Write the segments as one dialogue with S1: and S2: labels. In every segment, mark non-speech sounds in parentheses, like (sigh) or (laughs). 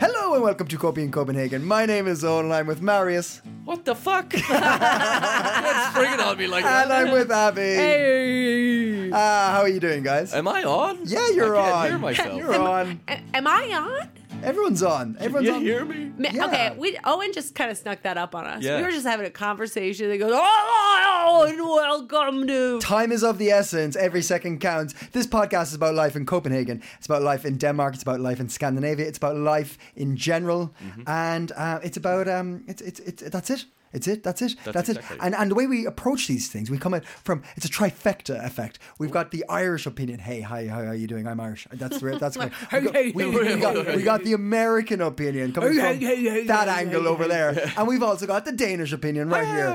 S1: Hello and welcome to Copy in Copenhagen. My name is Owen and I'm with Marius.
S2: What the
S3: (laughs)
S2: fuck? That's bringing on me like
S1: And
S2: that.
S1: I'm with Abby.
S2: Hey.
S1: Ah, how are you doing, guys?
S2: Am I on?
S1: yeah, you're
S2: I can't
S1: on.
S2: Hear myself.
S1: You're on.
S3: A- Am I on?
S1: Everyone's on. Everyone's
S2: you
S1: on.
S2: hear me?
S3: Ma-
S1: Yeah.
S3: Okay, we Owen just kind of snuck that up on us.
S2: Yeah.
S3: We were just having a conversation. They go, "Oh, and welcome to."
S1: Time is of the essence. Every second counts. This podcast is about life in Copenhagen. It's about life in Denmark. It's about life in Scandinavia. It's about life in general.
S3: Mm-hmm.
S1: And uh, it's about um, it's, it's it's that's it. It's it. That's it. That's,
S2: exactly
S1: it.
S2: it.
S1: And and the way we approach these things, we come at from it's a trifecta effect. We've got the Irish opinion. Hey, hi, how are you doing? I'm Irish. That's re- that's great. We got,
S3: (laughs) hey,
S1: we,
S3: hey,
S1: we got, we got the American opinion coming
S3: Hey, hey,
S1: from
S3: hey, hey,
S1: that
S3: hey,
S1: angle
S3: hey,
S1: over
S3: hey.
S1: there, and we've also got the Danish opinion right here.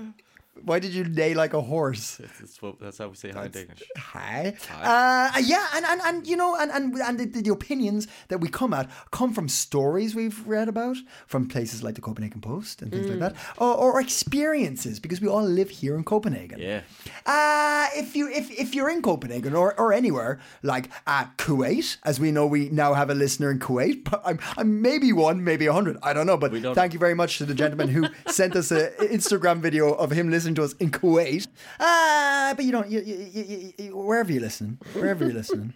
S3: (laughs)
S1: Why did you neigh like a horse?
S2: That's, what, that's how we say hi in Danish.
S1: Hi. Uh, yeah, and, and, and you know, and, and, and the, the opinions that we come at come from stories we've read about from places like the Copenhagen Post and things like that, or, or experiences because we all live here in Copenhagen.
S2: Yeah.
S1: Uh, if you if, if you're in Copenhagen or, or anywhere like uh, Kuwait, as we know, we now have a listener in Kuwait. (laughs) But I'm, I'm maybe one, maybe a hundred. I don't know. But
S2: don't
S1: thank you very much to the gentleman who sent us an Instagram video of him listening to us in Kuwait. Uh, but you don't. You, you, you, you- you, wherever you're listening, wherever you're listening.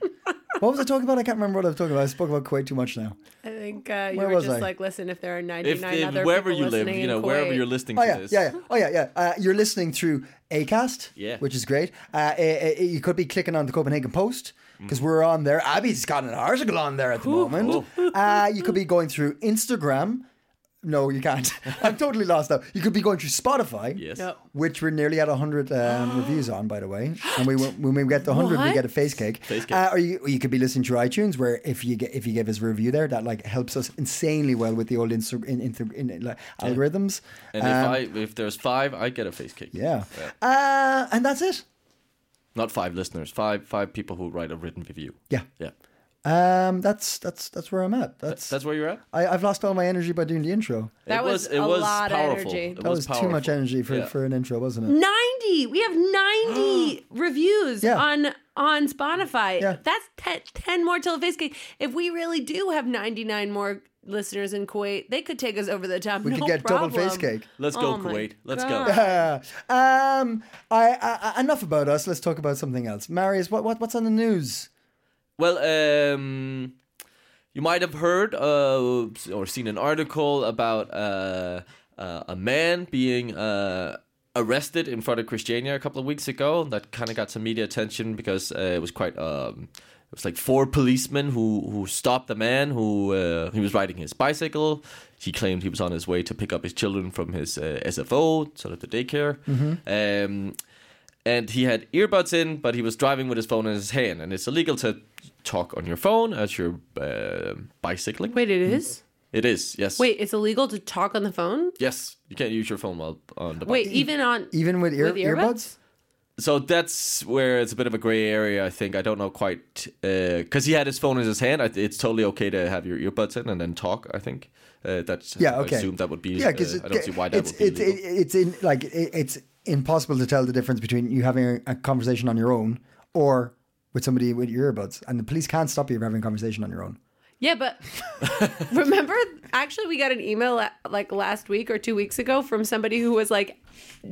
S1: What was I talking about? I can't remember what I was talking about. I spoke about Kuwait too much now.
S3: I think uh, you
S1: Where
S3: were
S1: was
S3: just
S1: I?
S3: like, listen, if there are
S2: If,
S3: 99
S2: if
S3: other
S2: wherever
S3: people
S2: you live,
S3: listening
S2: you
S3: in
S2: know, wherever
S3: Kuwait-
S2: you're listening
S1: Oh
S2: to
S1: yeah,
S2: this.
S1: yeah, yeah. Oh yeah, yeah. Uh, you're listening through Acast,
S2: Yeah.
S1: which is great. Uh, eh, eh, you could be clicking on the Copenhagen Post
S2: Mm.
S1: because we're on there. Abby's got an article on there at the moment. Uh, you could be going through Instagram. No, you can't. (laughs) I'm totally lost now. You could be going through Spotify.
S2: Yes.
S3: Yep.
S1: Which we're nearly at 100
S2: (gasps)
S1: um, reviews on, by the way. And we when we get the 100, we
S3: What?
S1: get a face cake.
S2: Face cake.
S1: Uh, or, you, or you could be listening through iTunes, where if you get, if you give us a review there, that like helps us insanely well with the old Insta, in, in, in, like, algorithms.
S2: And
S1: Um,
S2: if I if there's five, I get a face kick.
S1: yeah. Uh, and that's it.
S2: Not five listeners. Five five people who write a written review.
S1: Yeah.
S2: Yeah.
S1: Um, that's that's that's where I'm at. That's,
S2: That's that's where you're at.
S1: I, I've lost all my energy by doing the intro.
S3: That
S2: it was,
S3: was
S2: it
S3: a
S2: was
S3: lot of
S2: powerful.
S3: energy.
S2: It
S1: That was, too much
S2: powerful.
S1: energy for,
S2: Yeah.
S1: for an intro, wasn't it?
S3: 90. We have
S1: (gasps)
S3: 90 reviews
S1: Yeah.
S3: on on Spotify.
S1: Yeah.
S3: That's te- 10 more till face cake. If we really do have 99 more listeners in Kuwait, they could take us over the top.
S1: We
S3: no
S1: could get
S3: problem.
S1: double face cake.
S2: Let's go,
S3: Oh my
S2: Kuwait. Let's
S3: God.
S2: go.
S1: (laughs) Yeah. Um, I, I, I enough about us. Let's talk about something else. Marius, what, what what's on the news?
S2: Well, um, you might have heard uh, or seen an article about uh, uh, a man being uh, arrested in front of Christiania a couple of weeks ago. That kind of got some media attention because uh, it was quite. Um, it was like four policemen who, who stopped a man who uh, he was riding his bicycle. He claimed he was on his way to pick up his children from his uh, SFO, sort of the daycare. Um, and he had earbuds in, but he was driving with his phone in his hand, and it's illegal to talk on your phone as you're uh, bicycling.
S3: Wait, it is?
S2: It is, yes.
S3: Wait, it's illegal to talk on the phone?
S2: Yes, you can't use your phone while on the bike.
S3: Wait, even on
S1: Even with, ear,
S3: With earbuds?
S2: So that's where it's a bit of a gray area, I think. I don't know quite. Because he had his phone in his hand, I- it's totally okay to have your earbuds in and then talk, I think. Uh, that's,
S1: Yeah, okay.
S2: I assume that would be.
S1: Yeah, because
S2: uh, I don't see why that
S1: it's,
S2: would be
S1: it's,
S2: illegal.
S1: it's in like it, it's impossible to tell the difference between you having a, a conversation on your own or with somebody with your earbuds, and the police can't stop you from having a conversation on your own. (laughs)
S3: Yeah, but remember, actually, we got an email la- like last week or two weeks ago from somebody who was like,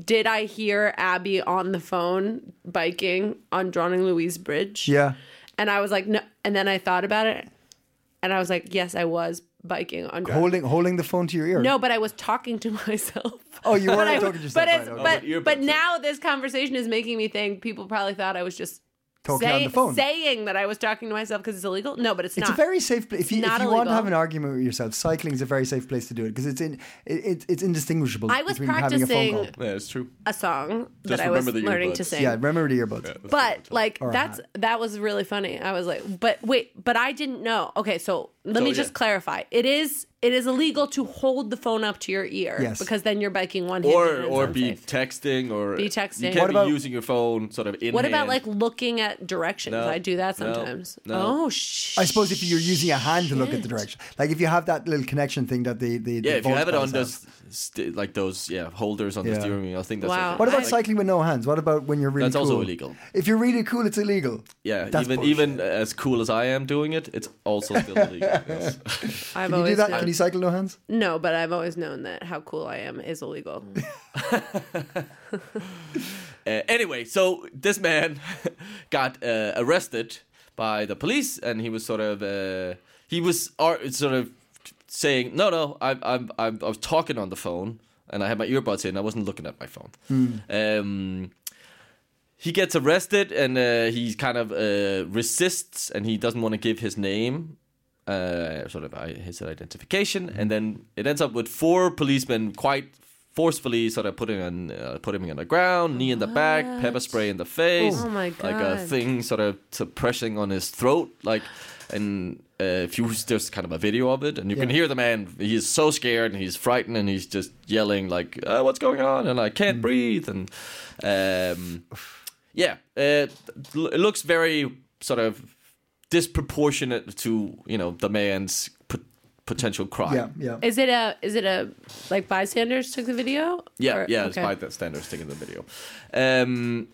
S3: Did I hear Abby on the phone biking on Drawing Louise Bridge?
S1: Yeah.
S3: And I was like, No. And then I thought about it and I was like, Yes, I was biking on Drawing.
S1: holding holding the phone to your ear.
S3: No, but I was talking to (laughs) myself.
S1: Oh, you
S3: But,
S1: weren't
S3: I,
S1: talking to
S3: but,
S1: yourself.
S3: it's,
S1: right, okay.
S3: but,
S2: With earbuds
S3: but
S2: in.
S3: now this conversation is making me think people probably thought I was just
S1: talking on
S3: Say-
S1: the phone.
S3: saying that I was talking to myself because it's illegal. No, but it's,
S1: it's
S3: not.
S1: a very safe. pla- If you, if
S3: It's not
S1: you want to
S3: illegal.
S1: have an argument with yourself, cycling is a very safe place to do it because it's in it, it, it's indistinguishable
S3: I was
S1: between having a phone call.
S3: practicing-
S2: Yeah, it's true.
S3: a song that
S2: Just
S3: I was
S2: remember the
S3: learning
S2: earbuds.
S3: to sing.
S1: Yeah, remember the earbuds.
S3: but like that's that was really funny. I was like, but wait, but I didn't know. Okay, so let
S2: So,
S3: me
S2: yeah.
S3: just clarify. It is it is illegal to hold the phone up to your ear
S1: Yes.
S3: because then you're biking one
S2: Or
S3: handed
S2: or be texting or
S3: Be
S2: You
S3: texting.
S2: can't
S3: What
S2: be
S1: about-
S2: using your phone sort of in.
S3: What about
S2: hand.
S3: like looking at directions?
S2: No,
S3: I do that
S2: no,
S3: sometimes.
S2: no.
S3: Oh shh.
S1: I suppose if you're using a hand to look at the direction, like if you have that little connection thing that the the
S2: yeah?
S1: the
S2: If you
S1: phone
S2: have it on
S1: pads have.
S2: those st- like those yeah holders on the
S1: Yeah.
S2: steering wheel, I think that's
S3: Wow.
S2: okay.
S1: What about
S3: I-
S1: cycling with no hands? What about when you're really
S2: That's also
S1: cool?
S2: illegal.
S1: If you're really cool, it's illegal.
S2: Yeah,
S1: That's
S2: even
S1: bullshit.
S2: even as cool as I am doing it, it's also
S1: (laughs)
S2: still illegal. Yes.
S3: I've
S1: Can you do
S3: always
S1: that?
S3: known-
S1: Can you cycle no hands?
S3: no, but I've always known that how cool I am is
S1: (laughs)
S3: illegal.
S2: Uh, anyway, so this man (laughs) got uh, arrested by the police, and he was sort of uh, he was ar- sort of saying, "No, no, I, I'm I'm I was talking on the phone, and I had my earbuds in. I wasn't looking at my phone."
S1: Hmm.
S2: Um, he gets arrested, and uh, he kind of uh, resists, and he doesn't want to give his name. Uh, sort of i- his identification, and then it ends up with four policemen quite forcefully sort of putting on uh, put him on the ground, knee in the back, pepper spray in the face,
S3: Oh my
S2: like a
S3: God.
S2: thing sort of to pressing on his throat, like and uh, if you there's kind of a video of it, and you can
S1: Yeah.
S2: hear the man. He is so scared and he's frightened and he's just yelling like, uh, "What's going on?" and I can't breathe and um, yeah, uh, l- it looks very sort of disproportionate to you know the man's p- potential crime.
S1: Yeah, yeah.
S3: Is it a is it a like bystanders took the video?
S2: Yeah,
S3: Or-
S2: yeah, it's
S3: okay.
S2: by the standards thing in the video. Um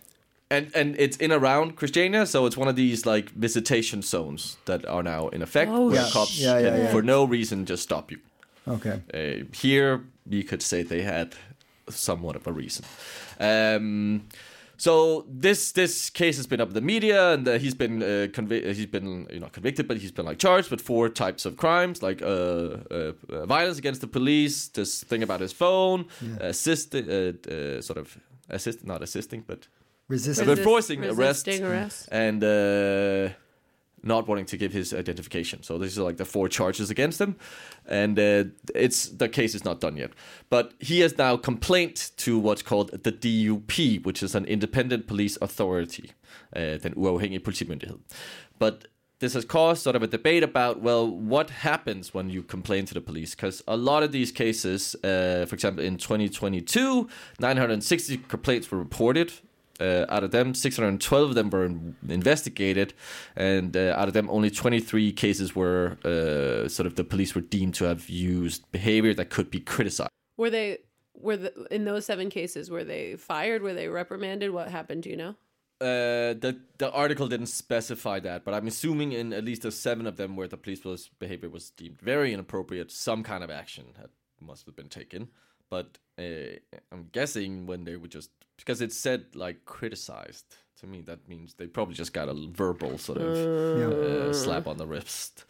S2: and and it's in around Christiania, so it's one of these like visitation zones that are now in effect
S3: Oh,
S2: where
S3: Yeah,
S2: cops
S1: yeah, yeah,
S2: can,
S1: yeah.
S2: for no reason just stop you.
S1: Okay.
S2: Uh, here you could say they had somewhat of a reason. Um so this this case has been up in the media, and uh, he's been uh, convi- he's been you know convicted, but he's been like charged with four types of crimes, like uh, uh, uh, violence against the police, this thing about his phone, assist, uh, uh, sort of assist, not assisting, but
S1: Resist.
S2: but forcing arrest,
S3: resisting arrest.
S2: and uh, not wanting to give his identification. So these are like the four charges against him, and uh, it's the case is not done yet. But he has now complained to what's called the DUP, which is an independent police authority, uh, den uafhængige politimyndighed. But this has caused sort of a debate about well, what happens when you complain to the police? Because a lot of these cases, uh, for example, in 2022, 960 complaints were reported uh, out of them, 612 of them were in- investigated, and uh, out of them, only 23 cases were uh, sort of the police were deemed to have used behavior that could be criticized.
S3: Were they were the, in those seven cases were they fired? Were they reprimanded? What happened? Do you know? (laughs)
S2: Uh, the the article didn't specify that, but I'm assuming in at least the seven of them where the police was behavior was deemed very inappropriate, some kind of action had, must have been taken. But uh, I'm guessing when they were just because it said like criticized to me, that means they probably just got a verbal sort of uh, slap on the wrist.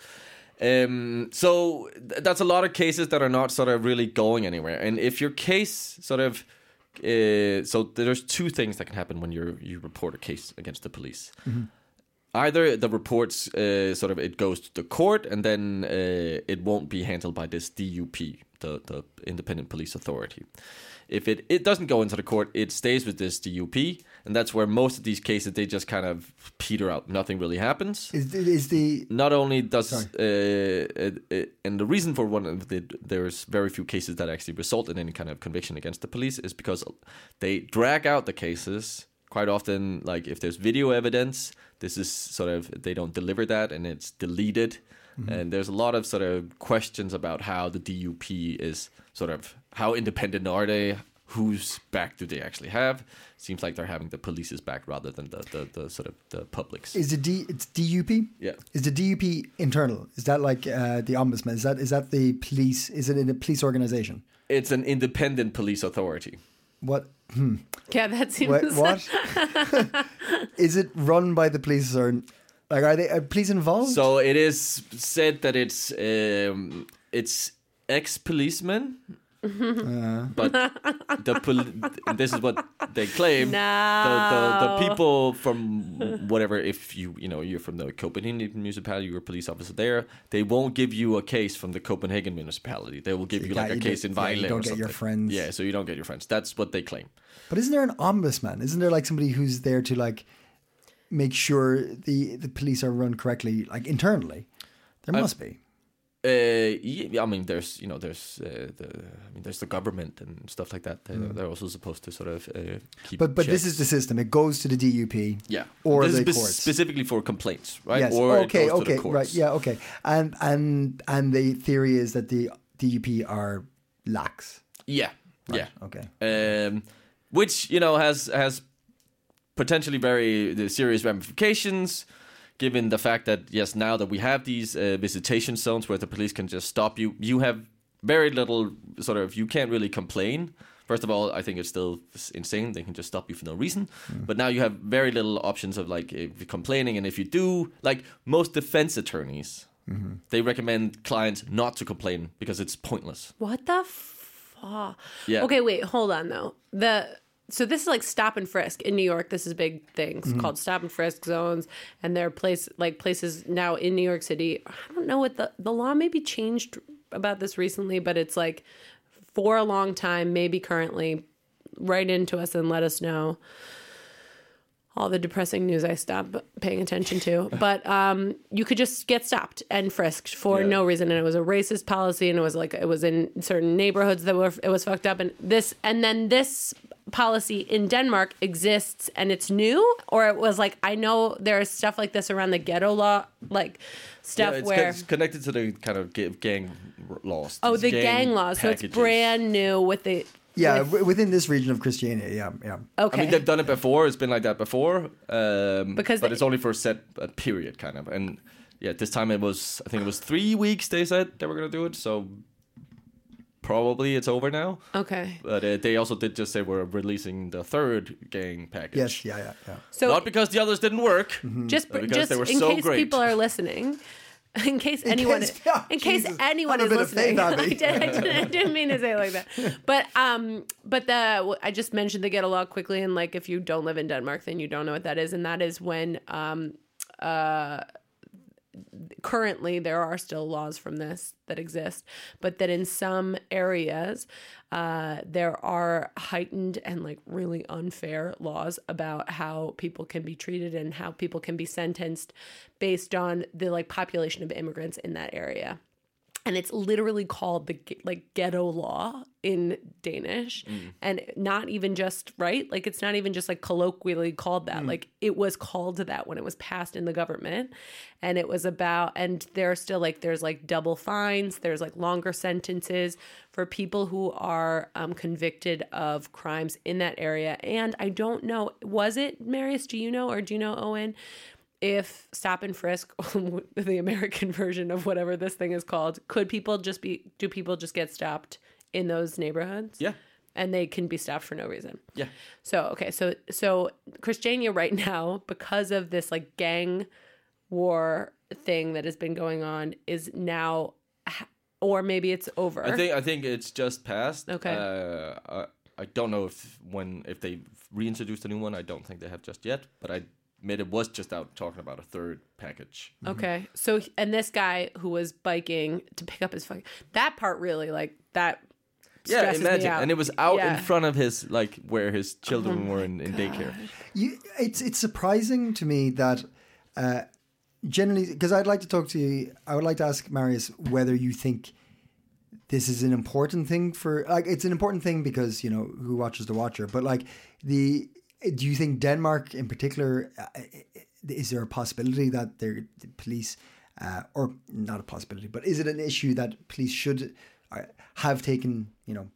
S2: Um, so th- that's a lot of cases that are not sort of really going anywhere. And if your case sort of uh, so there's two things that can happen when you you report a case against the police. Either the reports uh, sort of it goes to the court and then uh, it won't be handled by this DUP, the the independent police authority. If it, it doesn't go into the court, it stays with this DUP, and that's where most of these cases they just kind of peter out. Nothing really happens
S1: Is, is the
S2: not only does uh, uh, uh, and the reason for one of the there's very few cases that actually result in any kind of conviction against the police is because they drag out the cases quite often like if there's video evidence this is sort of they don't deliver that and it's deleted and there's a lot of sort of questions about how the DUP is sort of how independent are they whose back do they actually have seems like they're having the police's back rather than the, the, the sort of the public's
S1: is the D it's DUP?
S2: Yeah.
S1: Is the DUP internal? Is that like uh, the ombudsman? Is that is that the police? Is it in a police organization?
S2: It's an independent police authority.
S1: What?
S3: Yeah, that seems (laughs)
S1: What? what? (laughs) is it run by the police or like are they are police involved?
S2: So it is said that it's um, it's ex policemen
S1: Uh-huh.
S2: But the pol- this is what they claim. The, the, the
S3: No.
S2: people from whatever, if you you know you're from the Copenhagen municipality, you're a police officer there. They won't give you a case from the Copenhagen municipality. They will give you
S1: Yeah,
S2: like a
S1: you
S2: case
S1: don't-
S2: in
S1: yeah, you
S2: Violet.
S1: don't
S2: or
S1: get your
S2: something.
S1: friends.
S2: Yeah, so you don't get your friends. That's what they claim.
S1: But isn't there an ombudsman? Isn't there like somebody who's there to like make sure the the police are run correctly, like internally? There must be.
S2: Uh, yeah, I mean, there's you know, there's uh, the I mean, there's the government and stuff like that. They're, they're also supposed to sort of uh, keep.
S1: Mm. But but this
S2: checks.
S1: is the system. It goes to the DUP.
S2: yeah,
S1: Or
S2: this
S1: the
S2: is spe-
S1: courts.
S2: specifically for complaints, right?
S1: Yes.
S2: Or it
S1: okay.
S2: goes to the
S1: okay.
S2: courts.
S1: Right. Yeah. Okay. And and and the theory is that the DUP are lax.
S2: yeah, yeah.
S1: Okay.
S2: um, which you know has has potentially very uh, serious ramifications, given the fact that yes, now that we have these uh, visitation zones where the police can just stop you, you have very little sort of you can't really complain. First of all, I think it's still s- insane. They can just stop you for no reason. But now you have very little options of like if complaining, and if you do, like most defense attorneys, they recommend clients not to complain because it's pointless.
S3: What the fuck?
S2: Yeah.
S3: Okay, wait, hold on though. The so this is like stop and frisk in New York. This is big thing It's
S1: Mm-hmm.
S3: called stop and frisk zones, and there are place like places now in New York City. I don't know what the the law maybe changed about this recently, but it's like for a long time, maybe currently. Write into us and let us know all the depressing news I stopped paying attention
S2: (laughs)
S3: to. But um, you could just get stopped and frisked for no reason, and it was a racist policy, and it was like it was in certain neighborhoods that were it was fucked up, and this and then this policy in Denmark exists, and it's new, or it was like I know there's stuff like this around the ghetto law, like stuff
S2: Yeah, it's,
S3: where.
S2: con- it's connected to the kind of ga- gang r- laws.
S3: Oh,
S2: these
S3: the gang, law. So it's
S2: packages.
S3: brand new with the.
S1: Yeah. w- within this region of Christiania. Yeah. Yeah.
S3: Okay.
S2: I mean, they've done it before. It's been like that before. Um,
S3: Because
S2: but
S3: they-
S2: it's only for a set a period, kind of. And yeah, this time it was. I think it was three weeks. They said they were gonna do it. So probably it's over now.
S3: okay.
S2: But uh, they also did just say we're releasing the third gang package.
S1: Yes. Yeah. Yeah. Yeah.
S3: So
S2: Not because the others didn't work.
S3: just
S2: Because
S3: just
S2: they were
S3: in
S2: so
S3: case
S2: great.
S3: people are listening (laughs) in case anyone
S1: case- yeah,
S3: in case
S1: Jesus.
S3: anyone
S1: Have a
S3: is
S1: bit of faith,
S3: listening I,
S1: Abby.
S3: (laughs) did, I, did, I didn't mean to say it like that but um but the i just mentioned the get along quickly and like if you don't live in denmark then you don't know what that is and that is when um currently there are still laws from this that exist, but that in some areas uh, there are heightened and like really unfair laws about how people can be treated and how people can be sentenced based on the like population of immigrants in that area. And it's literally called the ge- like ghetto law in Danish, and not even just right. Like it's not even just like colloquially called that. Like it was called that when it was passed in the government, and it was about and there are still like there's like double fines there's like longer sentences for people who are um, convicted of crimes in that area and i don't know was it marius do you know or do you know owen if stop and frisk (laughs) the american version of whatever this thing is called could people just be do people just get stopped in those neighborhoods
S2: Yeah.
S3: and they can be stopped for no reason
S2: Yeah.
S3: so okay, so so Christiania right (laughs) now because of this like gang war thing that has been going on is now ha- or maybe it's over.
S2: I think I think it's just passed.
S3: Okay.
S2: Uh, I, I don't know if when if they reintroduced a new one. I don't think they have just yet. But I made it was just out talking about a third package.
S3: okay. So and this guy who was biking to pick up his fucking that part really like that
S2: Yeah,
S3: stresses me
S2: imagine.
S3: out.
S2: And it was out
S3: Yeah. Oh
S2: in front of his like where his children were in, in daycare.
S1: You, it's it's surprising to me that uh, generally because I'd like to talk to you. I would like to ask Marius whether you think this is an important thing for like it's an important thing because you know who watches the watcher, but like the do you think Denmark in particular uh, is there a possibility that their the police uh, or not a possibility, but is it an issue that police should uh, have taken you know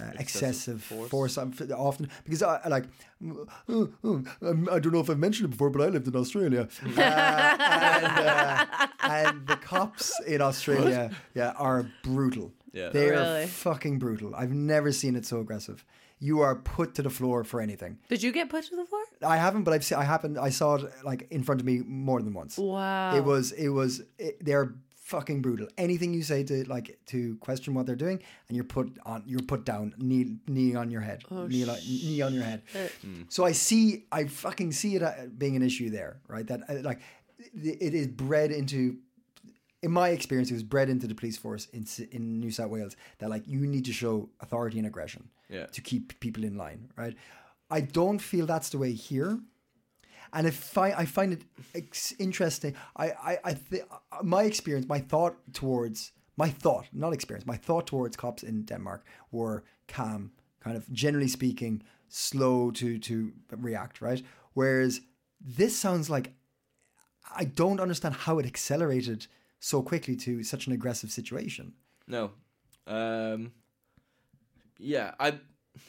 S1: uh, excessive force, on- often because I I like "Mm, mm, mm, um, I don't know if I've mentioned it before, but I lived in (laughs) Australia, Uh, and, uh, and the cops in Australia yeah are brutal.
S2: Yeah.
S1: they are
S3: Really?
S1: fucking brutal. I've never seen it so aggressive. You are put to the floor for anything.
S3: Did you get pushed to the floor?
S1: I haven't, but I've seen. I happened. I saw it like in front of me more than once.
S3: Wow.
S1: It was. It was. It, they're fucking brutal. Anything you say to like to question what they're doing, and you're put on, you're put down, knee, knee on your head, knee, on- knee on your head. So I see, I fucking see it uh, being an issue there, right? That uh, like it it is bred into in my experience, it was bred into the police force in S- in New South Wales that like you need to show authority and aggression
S2: Yeah.
S1: to keep people in line, right? I don't feel that's the way here, and if I I find it ex- interesting, I I, I th- my experience, my thought towards my thought, not experience, my thought towards cops in Denmark were calm, kind of generally speaking, slow to to react, right? Whereas this sounds like I don't understand how it accelerated so quickly to such an aggressive situation.
S2: No. Um, yeah, I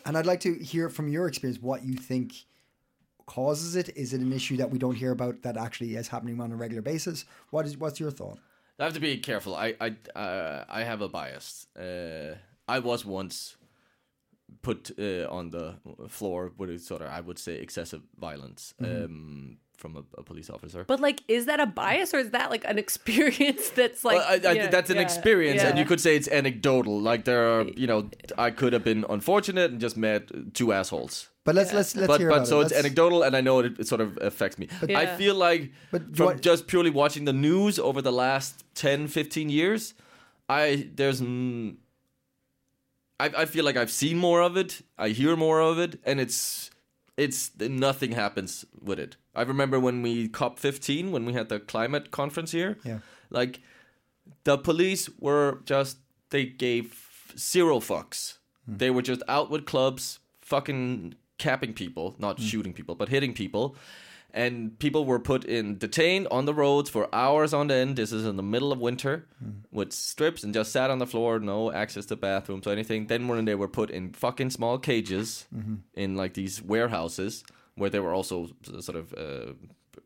S1: And I'd like to hear from your experience what you think causes it. Is it an issue that we don't hear about that actually is happening on a regular basis? What is what's your thought?
S2: I have to be careful. I I uh, I have a bias. Uh, I was once put uh, on the floor with sort of I would say excessive violence um, from a, a police officer.
S3: Mm-hmm. But like, is that a bias or is that like an (laughs) experience that's like
S2: Well, I, I,
S3: Yeah,
S2: that's an
S3: yeah,
S2: experience, and
S3: yeah.
S2: you could say it's anecdotal. Like there are, you know, I could have been unfortunate and just met two assholes.
S1: But let's let's let's
S2: but
S1: hear
S2: but
S1: about
S2: so
S1: it.
S2: it's
S1: Let's-
S2: anecdotal, and I know it, it sort of affects me. I
S3: Yeah.
S2: feel like
S1: But
S2: from
S1: what-
S2: just purely watching the news over the last 10, 15 years, I there's mm, I I feel like I've seen more of it, I hear more of it, and it's it's nothing happens with it. I remember when we COP 15 when we had the climate conference here.
S1: Yeah.
S2: Like the police were just they gave zero fucks. They were just out with clubs, fucking capping people, not shooting people, but hitting people. And people were put in detained on the roads for hours on end. This is in the middle of winter with strips and just sat on the floor, no access to bathrooms or anything. Then when they were put in fucking small cages in like these warehouses where they were also s- sort of uh,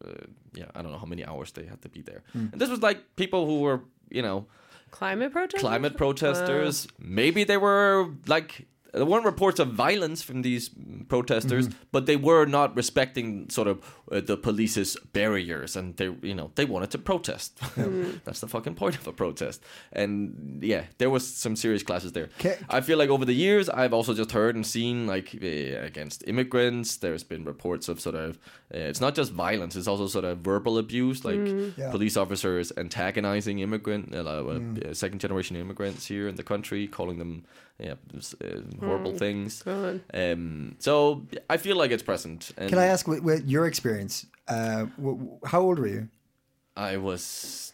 S2: uh, yeah, I don't know how many hours they had to be there. And this was like people who were, you know,
S3: climate protest.
S2: climate protesters. Maybe they were like there weren't reports of violence from these protesters, but they were not respecting sort of uh, the police's barriers, and they, you know, they wanted to protest. (laughs) That's the fucking point of a protest. And yeah, there was some serious clashes there.
S1: Ca-
S2: I feel like over the years, I've also just heard and seen like uh, against immigrants. There's been reports of sort of uh, it's not just violence; it's also sort of verbal abuse, like
S1: Yeah. Mm.
S2: police officers antagonizing immigrant, uh, like, uh, uh, second generation immigrants here in the country, calling them yeah, s- uh, horrible things.
S3: God.
S2: Um, so I feel like it's present. And
S1: Can I ask what, what your experience? Uh, wh- wh- how old were you?
S2: I was,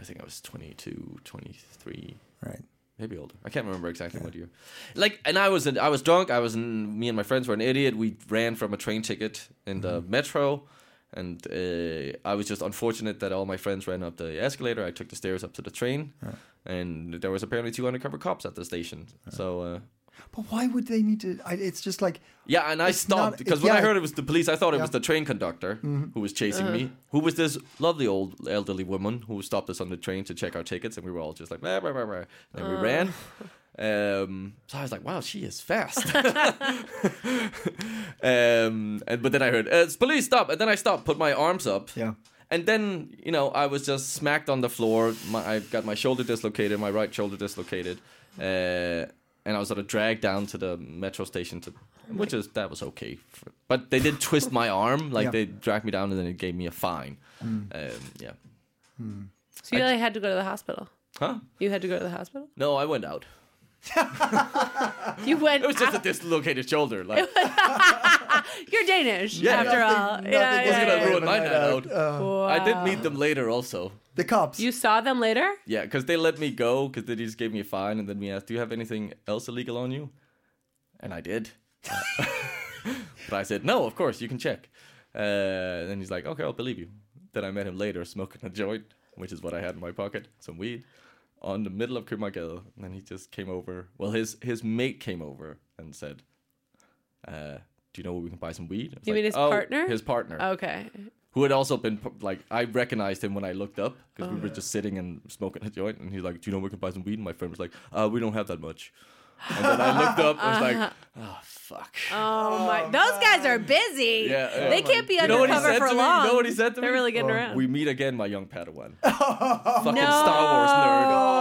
S2: I think I was 22, 23.
S1: Right.
S2: maybe older. I can't remember exactly what year. Like, and I was an, I was drunk. I was in, me and my friends were an idiot. We ran from a train ticket in the metro, and uh, I was just unfortunate that all my friends ran up the escalator. I took the stairs up to the train, and there was apparently two undercover cops at the station. So. Uh,
S1: But why would they need to? I, it's just like
S2: yeah, and I
S1: It's
S2: stopped
S1: not-
S2: because
S1: it-
S2: when I
S1: yeah. Mm-hmm.
S2: heard it was the police, I thought it was the train conductor who was chasing
S1: Uh.
S2: me. Who was this lovely old elderly woman who stopped us on the train to check our tickets, and we were all just like, "Bah, bah, bah, bah," and
S1: Uh.
S2: we
S1: (laughs)
S2: ran. Um, so I was like, "Wow, she is fast." (laughs) um, and, but then I heard, uh, "It's police, stop!" And then I stopped, put my arms up.
S1: Yeah.
S2: And then you know I was just smacked on the floor. My, I got my shoulder dislocated, my right shoulder dislocated, uh, and I was sort of dragged down to the metro station to, which is that was okay. For, but they did twist my arm, like
S1: Yeah.
S2: they dragged me down, and then it gave me a fine. Um, yeah,
S3: So you like, had to go to the hospital.
S2: huh?
S3: You had to go to the hospital.
S2: No, I went out.
S3: You went.
S2: It was just a dislocated shoulder. Like
S3: (laughs) You're Danish,
S2: Yeah.
S3: after
S1: Nothing-
S2: (laughs)
S3: all.
S1: nothing
S3: yeah,
S1: was
S3: yeah,
S2: gonna
S3: yeah.
S2: ruin my night out. I did
S3: Wow.
S2: meet them later, also.
S1: the cops.
S3: You saw them later.
S2: Yeah, because they let me go because they just gave me a fine, and then we asked, "Do you have anything else illegal on you?" And I
S3: (laughs)
S2: did, but I said, "No, of course you can check." Uh, and then he's like, "Okay, I'll believe you." Then I met him later smoking a joint, which is what I had in my pocket, some weed, on the middle of Kumargade. And then he just came over. Well, his his mate came over and said, uh, "Do you know where we can buy some weed?" I was "Oh,
S3: You mean his partner? Oh,
S2: His partner
S3: Okay.
S2: who had also been like I recognized him when I looked up because we were just sitting and smoking a joint, and he's like, "Do you know where we can buy some weed?" And my friend was like, uh, "We don't have that much." And then I looked up. I was like, oh fuck.
S3: Oh my! Those guys are busy.
S2: Yeah, yeah. Oh
S3: they can't be
S2: You know what he
S3: undercover
S2: said
S3: for
S2: to me?
S3: long.
S2: You know what he said to me? Oh,
S3: They're really getting around.
S2: We meet again, my young Padawan. Fucking Star Wars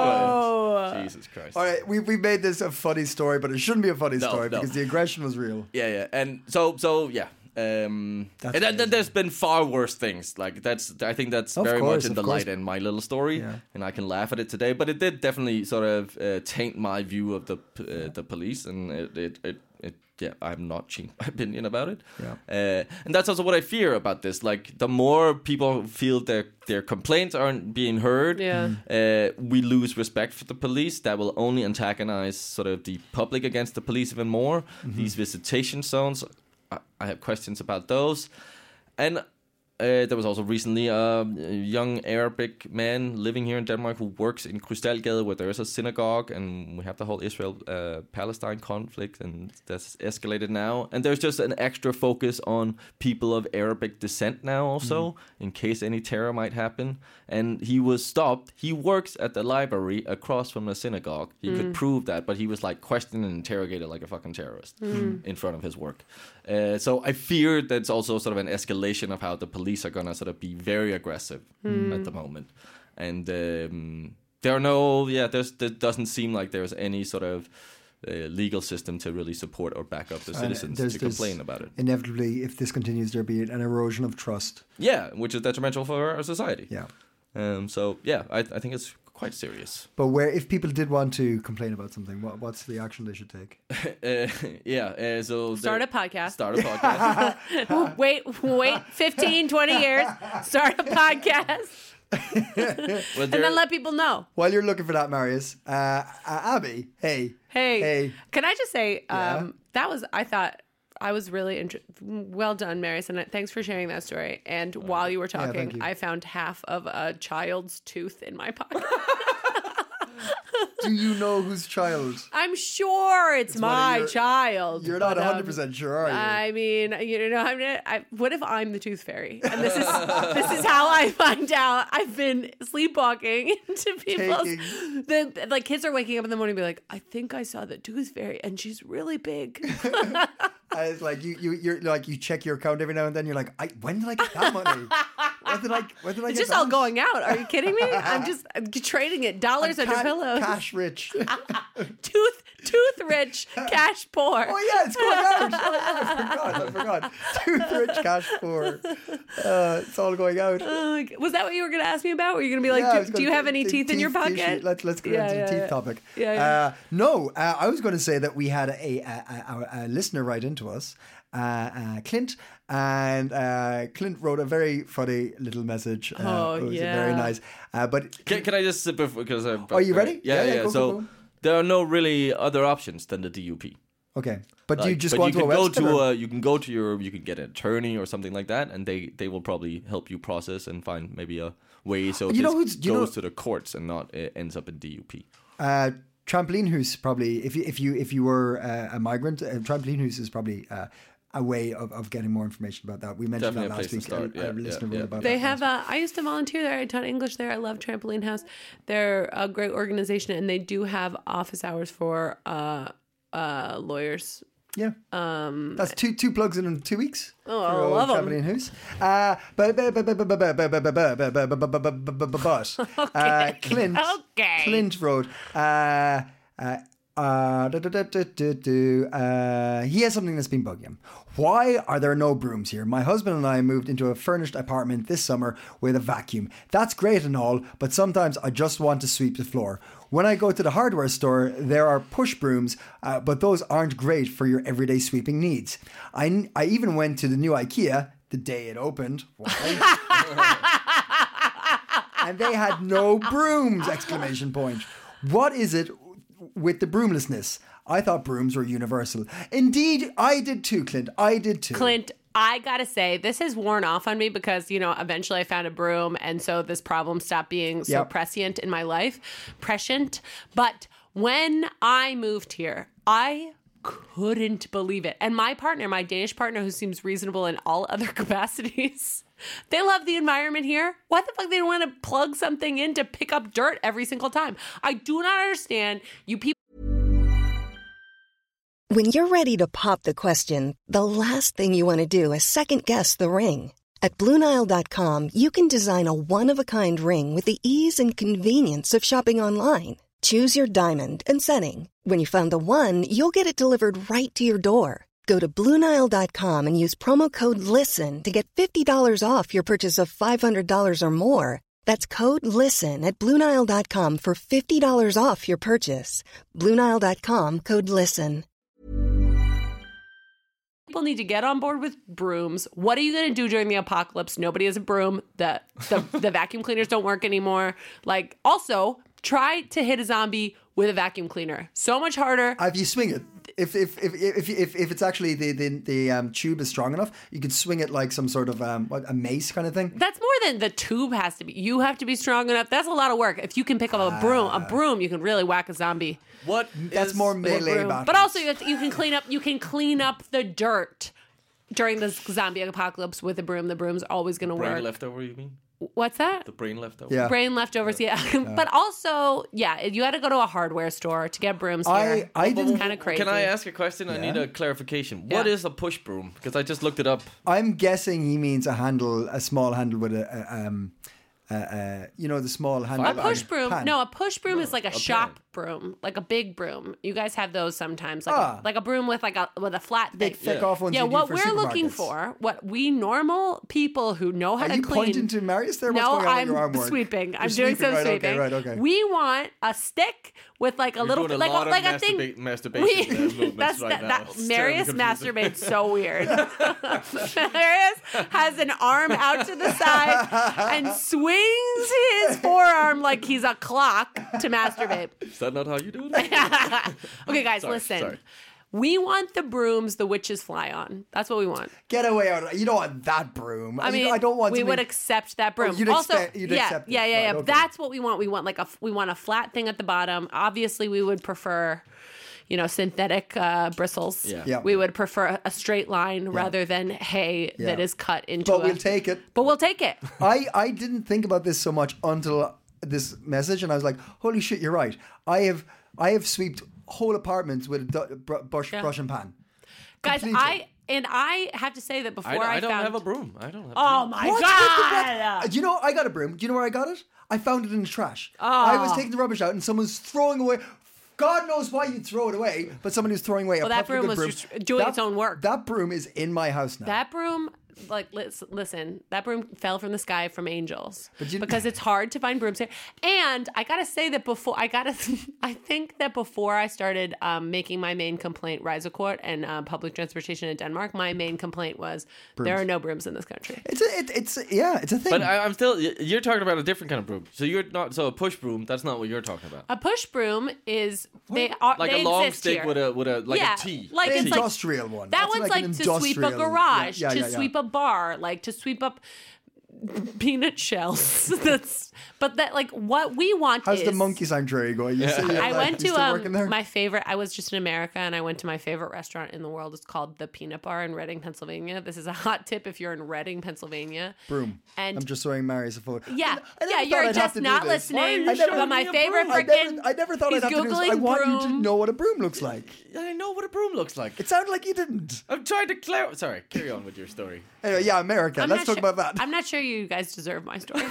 S2: nerd. Yeah. Jesus Christ.
S1: All right, we, we made this a funny story, but it shouldn't be a funny
S2: No,
S1: story
S2: no.
S1: because the aggression was real.
S2: Yeah, yeah. And so, so yeah. Um, and then, then there's been far worse things. Like that's, I think that's
S1: Of
S2: very
S1: course,
S2: much in
S1: of
S2: the
S1: course.
S2: light in my little story,
S1: Yeah.
S2: and I can laugh at it today. But it did definitely sort of uh, taint my view of the p- uh, the police, and it, it, it, it yeah, I'm not (laughs) changed my opinion about it.
S1: Yeah.
S2: Uh, and that's also what I fear about this. Like the more people feel their their complaints aren't being heard,
S3: Yeah.
S2: uh, we lose respect for the police. That will only antagonize sort of the public against the police even more. These visitation zones, I, I have questions about those. And uh, there was also recently um, a young Arabic man living here in Denmark who works in Krystalgade, where there is a synagogue, and we have the whole Israel uh, Palestine conflict, and that's escalated now. And there's just an extra focus on people of Arabic descent now, also,
S1: Mm-hmm.
S2: in case any terror might happen. And he was stopped. He works at the library across from the synagogue. He could prove that, but he was like questioned and interrogated like a fucking terrorist in front of his work. Uh, so I fear that's also sort of an escalation of how the police are gonna sort of be very aggressive at the moment, and um, there are no yeah there's there doesn't seem like there's any sort of uh, legal system to really support or back up the
S1: And
S2: citizens
S1: there's-
S2: to
S1: there's-
S2: complain about it.
S1: Inevitably, if this continues, there'll be an erosion of trust.
S2: Yeah, which is detrimental for our society.
S1: Yeah.
S2: Um, so yeah, I, I think it's quite serious.
S1: But where, if people did want to complain about something, what, what's the action they should take?
S2: Uh, yeah. Uh, so there-
S3: Start a podcast.
S2: Start a (laughs) podcast.
S3: wait,
S2: (laughs)
S3: wait, 15, 20 years. Start a podcast
S2: Well,
S3: and
S2: there-
S3: then let people know.
S1: While you're looking for that, Marius, uh, uh, Abby, hey,
S3: Hey,
S1: hey,
S3: can I just say um,
S1: Yeah.
S3: that was I thought I was really inter- well done, Marius, and thanks for sharing that story. And while you were
S1: Oh, thank
S3: talking,
S1: you.
S3: I found half of a child's tooth in my pocket. (laughs)
S1: do you know whose child?
S3: I'm sure it's,
S1: one of
S3: my
S1: your-
S3: child.
S1: You're not
S3: but, um,
S1: 100 percent sure, are you?
S3: I mean, you know, I'm. Not, I, what if I'm the tooth fairy, and this is this is how I find out I've been sleepwalking (laughs) into people's.
S1: Taking-
S3: The like kids are waking up in the morning, and be like, I think I saw the tooth fairy, and she's really big.
S1: I was like you, you, you're like you check your account every now and then. You're like, I, when did I get that money?
S3: (laughs)
S1: when did I? When did I
S3: It's
S1: get
S3: just all
S1: that?
S3: going out. Are you kidding me? I'm just I'm trading it dollars under
S1: Ca-
S3: pillows.
S1: Cash rich.
S3: (laughs) Tooth tooth rich, cash poor.
S1: Oh yeah, it's going out. Oh, yeah, I
S3: (laughs)
S1: forgot. I forgot. Tooth rich, cash poor. Uh, it's all going out.
S3: Uh, was that what you were going to ask me about? Were you going to be like,
S1: Yeah, I was
S3: do, do
S1: gonna
S3: you have
S1: say,
S3: any
S1: te-
S3: teeth, in your
S1: issue.
S3: pocket?
S1: Let's let's get
S3: Yeah,
S1: into
S3: yeah,
S1: the teeth
S3: yeah.
S1: topic.
S3: Yeah, yeah.
S1: Uh, no, uh, I was going to say that we had a, a, a, a, a listener write into us, uh, uh, Clint, and uh, Clint wrote a very funny little message. Uh,
S3: Oh,
S1: it was
S3: yeah.
S1: very nice. Uh, but
S2: Can, can I just sit before? Because
S1: Are you ready?
S2: Yeah,
S1: Yeah,
S2: yeah.
S1: yeah, go,
S2: so
S1: go, go.
S2: there are no really other options than the DUP.
S1: okay, but do you
S2: Like,
S1: just
S2: but
S1: want
S2: you
S1: to
S2: can
S1: a
S2: go
S1: website
S2: to
S1: or-
S2: a, you can go to your you can get an attorney or something like that, and they they will probably help you process and find maybe a way so
S1: You
S2: this
S1: know who's- you know-
S2: goes to the courts and not uh, ends up in DUP.
S1: Uh, trampoline hoose probably if you if you if you were uh, a migrant, uh, trampoline hoose is probably uh, a way of, of getting more information about that. We mentioned
S2: Definitely a
S1: that last
S2: place
S1: week.
S2: to start.
S1: A- a
S2: Yeah, yeah,
S1: listener wrote
S2: yeah.
S1: about
S3: They
S1: that
S3: have. Uh, I used to volunteer there. I taught English there. I love Trampoline House. They're a great organization, and they do have office hours for uh, uh, lawyers.
S1: Yeah. Um, That's two two plugs in two weeks. Oh,
S3: I love 'em.
S1: Trampoline Hoos. Uh, but but but but but but but but but but but but but but but but uh, Clint
S3: Okay.
S1: Clint Road. Uh, uh, uh, do, do, do, do, do, do. Uh, he has something that's been bugging him. Why are there no brooms here? My husband and I moved into a furnished apartment this summer with a vacuum. That's great and all, but sometimes I just want to sweep the floor. When I go to the hardware store, there are push brooms, uh, but those aren't great for your everyday sweeping needs. I, I even went to the new IKEA the day it opened. Why? and they had
S3: (laughs)
S1: no brooms exclamation point what is it with the broomlessness i thought brooms were universal indeed i did too clint i did too
S3: Clint, I gotta say, this has worn off on me because, you know, eventually I found a broom. And so this problem stopped being so
S1: Yep.
S3: prescient in my life. Prescient. But when I moved here, I couldn't believe it. And my partner, my Danish partner, who seems reasonable in all other (laughs) capacities, they love the environment here. Why the fuck they want to plug something in to pick up dirt every single time? I do not understand you people.
S4: When you're ready to pop the question, the last thing you want to do is second guess the ring. At Bluenile.com, you can design a one of a kind ring with the ease and convenience of shopping online. Choose your diamond and setting. When you find the one, you'll get it delivered right to your door. Go to Bluenile.com and use promo code LISTEN to get $50 off your purchase of $500 or more. That's code LISTEN at Bluenile.com for $50 off your purchase. Bluenile.com code LISTEN.
S3: People need to get on board with brooms. What are you going to do during the apocalypse? Nobody has a broom. The, the (laughs) the vacuum cleaners don't work anymore. Like also, try to hit a zombie with a vacuum cleaner. So much harder.
S1: If you swing it, if if if if if, if it's actually the the, the um, tube is strong enough, you could swing it like some sort of um, what, a mace kind of thing.
S3: That's more than the tube has to be. You have to be strong enough. That's a lot of work. If you can pick up a broom, a broom, you can really whack a zombie.
S2: What?
S1: That's
S2: is-
S1: more melee
S3: Broom.
S1: battle.
S3: But also, you, have to- you can clean up. You can clean up the dirt during the zombie apocalypse with a broom. The broom's always going to
S2: brain
S3: work.
S2: leftover. You mean
S3: What's that?
S2: the brain leftover?
S1: yeah.
S3: (laughs) brain leftovers. Yeah, (laughs) but also, yeah, you had to go to a hardware store to get brooms.
S1: I I didn't.
S3: kind of crazy.
S2: Can I ask a question? I need a clarification. What
S3: Yeah.
S2: is a push broom? Because I just looked it up.
S1: I'm guessing he means a handle, a small handle with a, a um, uh, uh, you know, the small handle.
S3: A
S1: on
S3: push broom?
S1: pan.
S3: No, a push broom is like a, shop
S2: pan.
S3: broom, like a big broom. You guys have those sometimes, like
S1: Ah.
S3: a, like a broom with like a with a flat
S1: Big
S3: thing.
S1: thick off ones.
S3: yeah,
S1: you do
S3: what
S1: for
S3: we're looking
S1: supermarkets.
S3: for, what we normal people who know how
S1: Are
S3: to
S1: you
S3: clean.
S1: pointing to Marius there? What's
S3: no,
S1: going on with
S3: I'm
S1: your arm work?
S3: sweeping. I'm
S1: You're
S3: doing some
S1: right, Okay,
S3: sweeping.
S1: right, okay.
S3: We want a stick with like a
S2: You're
S3: little,
S2: doing a
S3: like
S2: lot
S3: a,
S2: of
S3: like a thing.
S2: masturba-
S3: (laughs)
S2: masturbation, uh, movements
S3: that's
S2: right
S3: that.
S2: now. (laughs)
S3: that
S2: It's terribly
S3: Marius
S2: confusing.
S3: masturbates so
S2: (laughs)
S3: weird. (laughs) Marius has an arm out to the side and swings his forearm like he's a clock to masturbate.
S2: Is that not how you do it?
S3: (laughs) okay, guys,
S2: Sorry,
S3: listen.
S2: sorry.
S3: We want the brooms the witches fly on. That's what we want.
S1: Get away out! You don't want that broom.
S3: I
S1: You-
S3: mean,
S1: I don't want.
S3: We
S1: something-
S3: would accept that broom.
S1: you'd
S3: also,
S1: expect- you'd
S3: yeah,
S1: accept it.
S3: yeah, yeah,
S1: Right,
S3: yeah.
S1: okay.
S3: That's what we want. We want like a f- we want a flat thing at the bottom. Obviously, we would prefer, you know, synthetic uh, bristles.
S2: Yeah.
S1: Yeah.
S3: We would prefer a- a straight line rather than hay that
S1: Yeah.
S3: is cut into.
S1: But
S3: a-
S1: we'll take it.
S3: But we'll
S1: (laughs)
S3: take it.
S1: I, I didn't think about this so much until this message, and I was like, "Holy shit, you're right." I have I have swept whole apartments with a du- br- brush, brush and pan.
S3: guys
S1: Completely.
S3: i and i have to say that before
S2: I,
S3: i,
S2: I don't
S3: found
S2: have a broom. I don't have.
S3: oh my
S1: What?
S3: god
S1: Do you know I got a broom? Do you know where I got it? I found it in the trash. I
S3: Oh.
S1: was taking the rubbish out, and someone's throwing away. God knows why you'd throw it away, but somebody was throwing away a
S3: Well, that
S1: perfectly
S3: broom
S1: good
S3: was just doing
S1: That-
S3: its own work.
S1: That broom is in my house now.
S3: that broom like lis- listen that broom fell from the sky from angels
S1: you-
S3: because it's hard to find brooms here and i gotta say that before i gotta (laughs) i think that before i started um, making my main complaint risecourt and uh, public transportation in denmark my main complaint was there are no brooms in this country
S1: it's a, it, it's yeah, it's a thing.
S2: But I, I'm still. y- You're talking about a different kind of broom. So you're not. So a push broom. That's not what you're talking about.
S3: a push broom is they are
S2: Like
S3: they
S2: a long
S3: exist
S2: stick
S3: here.
S2: with a with a like
S3: yeah,
S2: a T.
S3: Like
S1: An
S3: it's like-
S1: industrial one.
S3: That
S1: That's
S3: one's
S1: like
S3: like,
S1: an
S3: to sweep a
S1: industrial-
S3: garage,
S1: yeah, yeah,
S3: to
S1: yeah, yeah.
S3: sweep a bar, like to sweep up (laughs) peanut shells. (laughs) That's but that like what we want
S1: How's
S3: is
S1: the monkey sanctuary going? You yeah.
S3: I went to
S1: still working there?
S3: um, my favorite. I was just in America, and I went to my favorite restaurant in the world. It's called the Peanut Bar in Reading, Pennsylvania. This is a hot tip if you're in Reading, Pennsylvania.
S1: broom.
S3: and-
S1: I'm just throwing Marius a photo. I
S3: Yeah,
S1: never
S3: yeah,
S1: thought
S3: you're
S1: I'd have
S3: just
S1: to do
S3: not
S1: this.
S3: listening.
S1: I never-
S3: But my favorite
S1: I
S3: freaking.
S1: never, I never thought
S3: he's
S1: I'd have to do this.
S3: googling
S1: I want you to
S3: broom.
S1: know what a broom looks like.
S2: I know what a broom looks like.
S1: It sounded like you didn't.
S2: I'm trying to clarify. Sorry, carry on with
S3: (laughs)
S2: your story.
S1: Anyway, yeah, America.
S3: I'm
S1: Let's
S3: not
S1: talk
S3: sure-
S1: about that.
S3: I'm not sure you guys deserve my
S1: (laughs)
S3: story.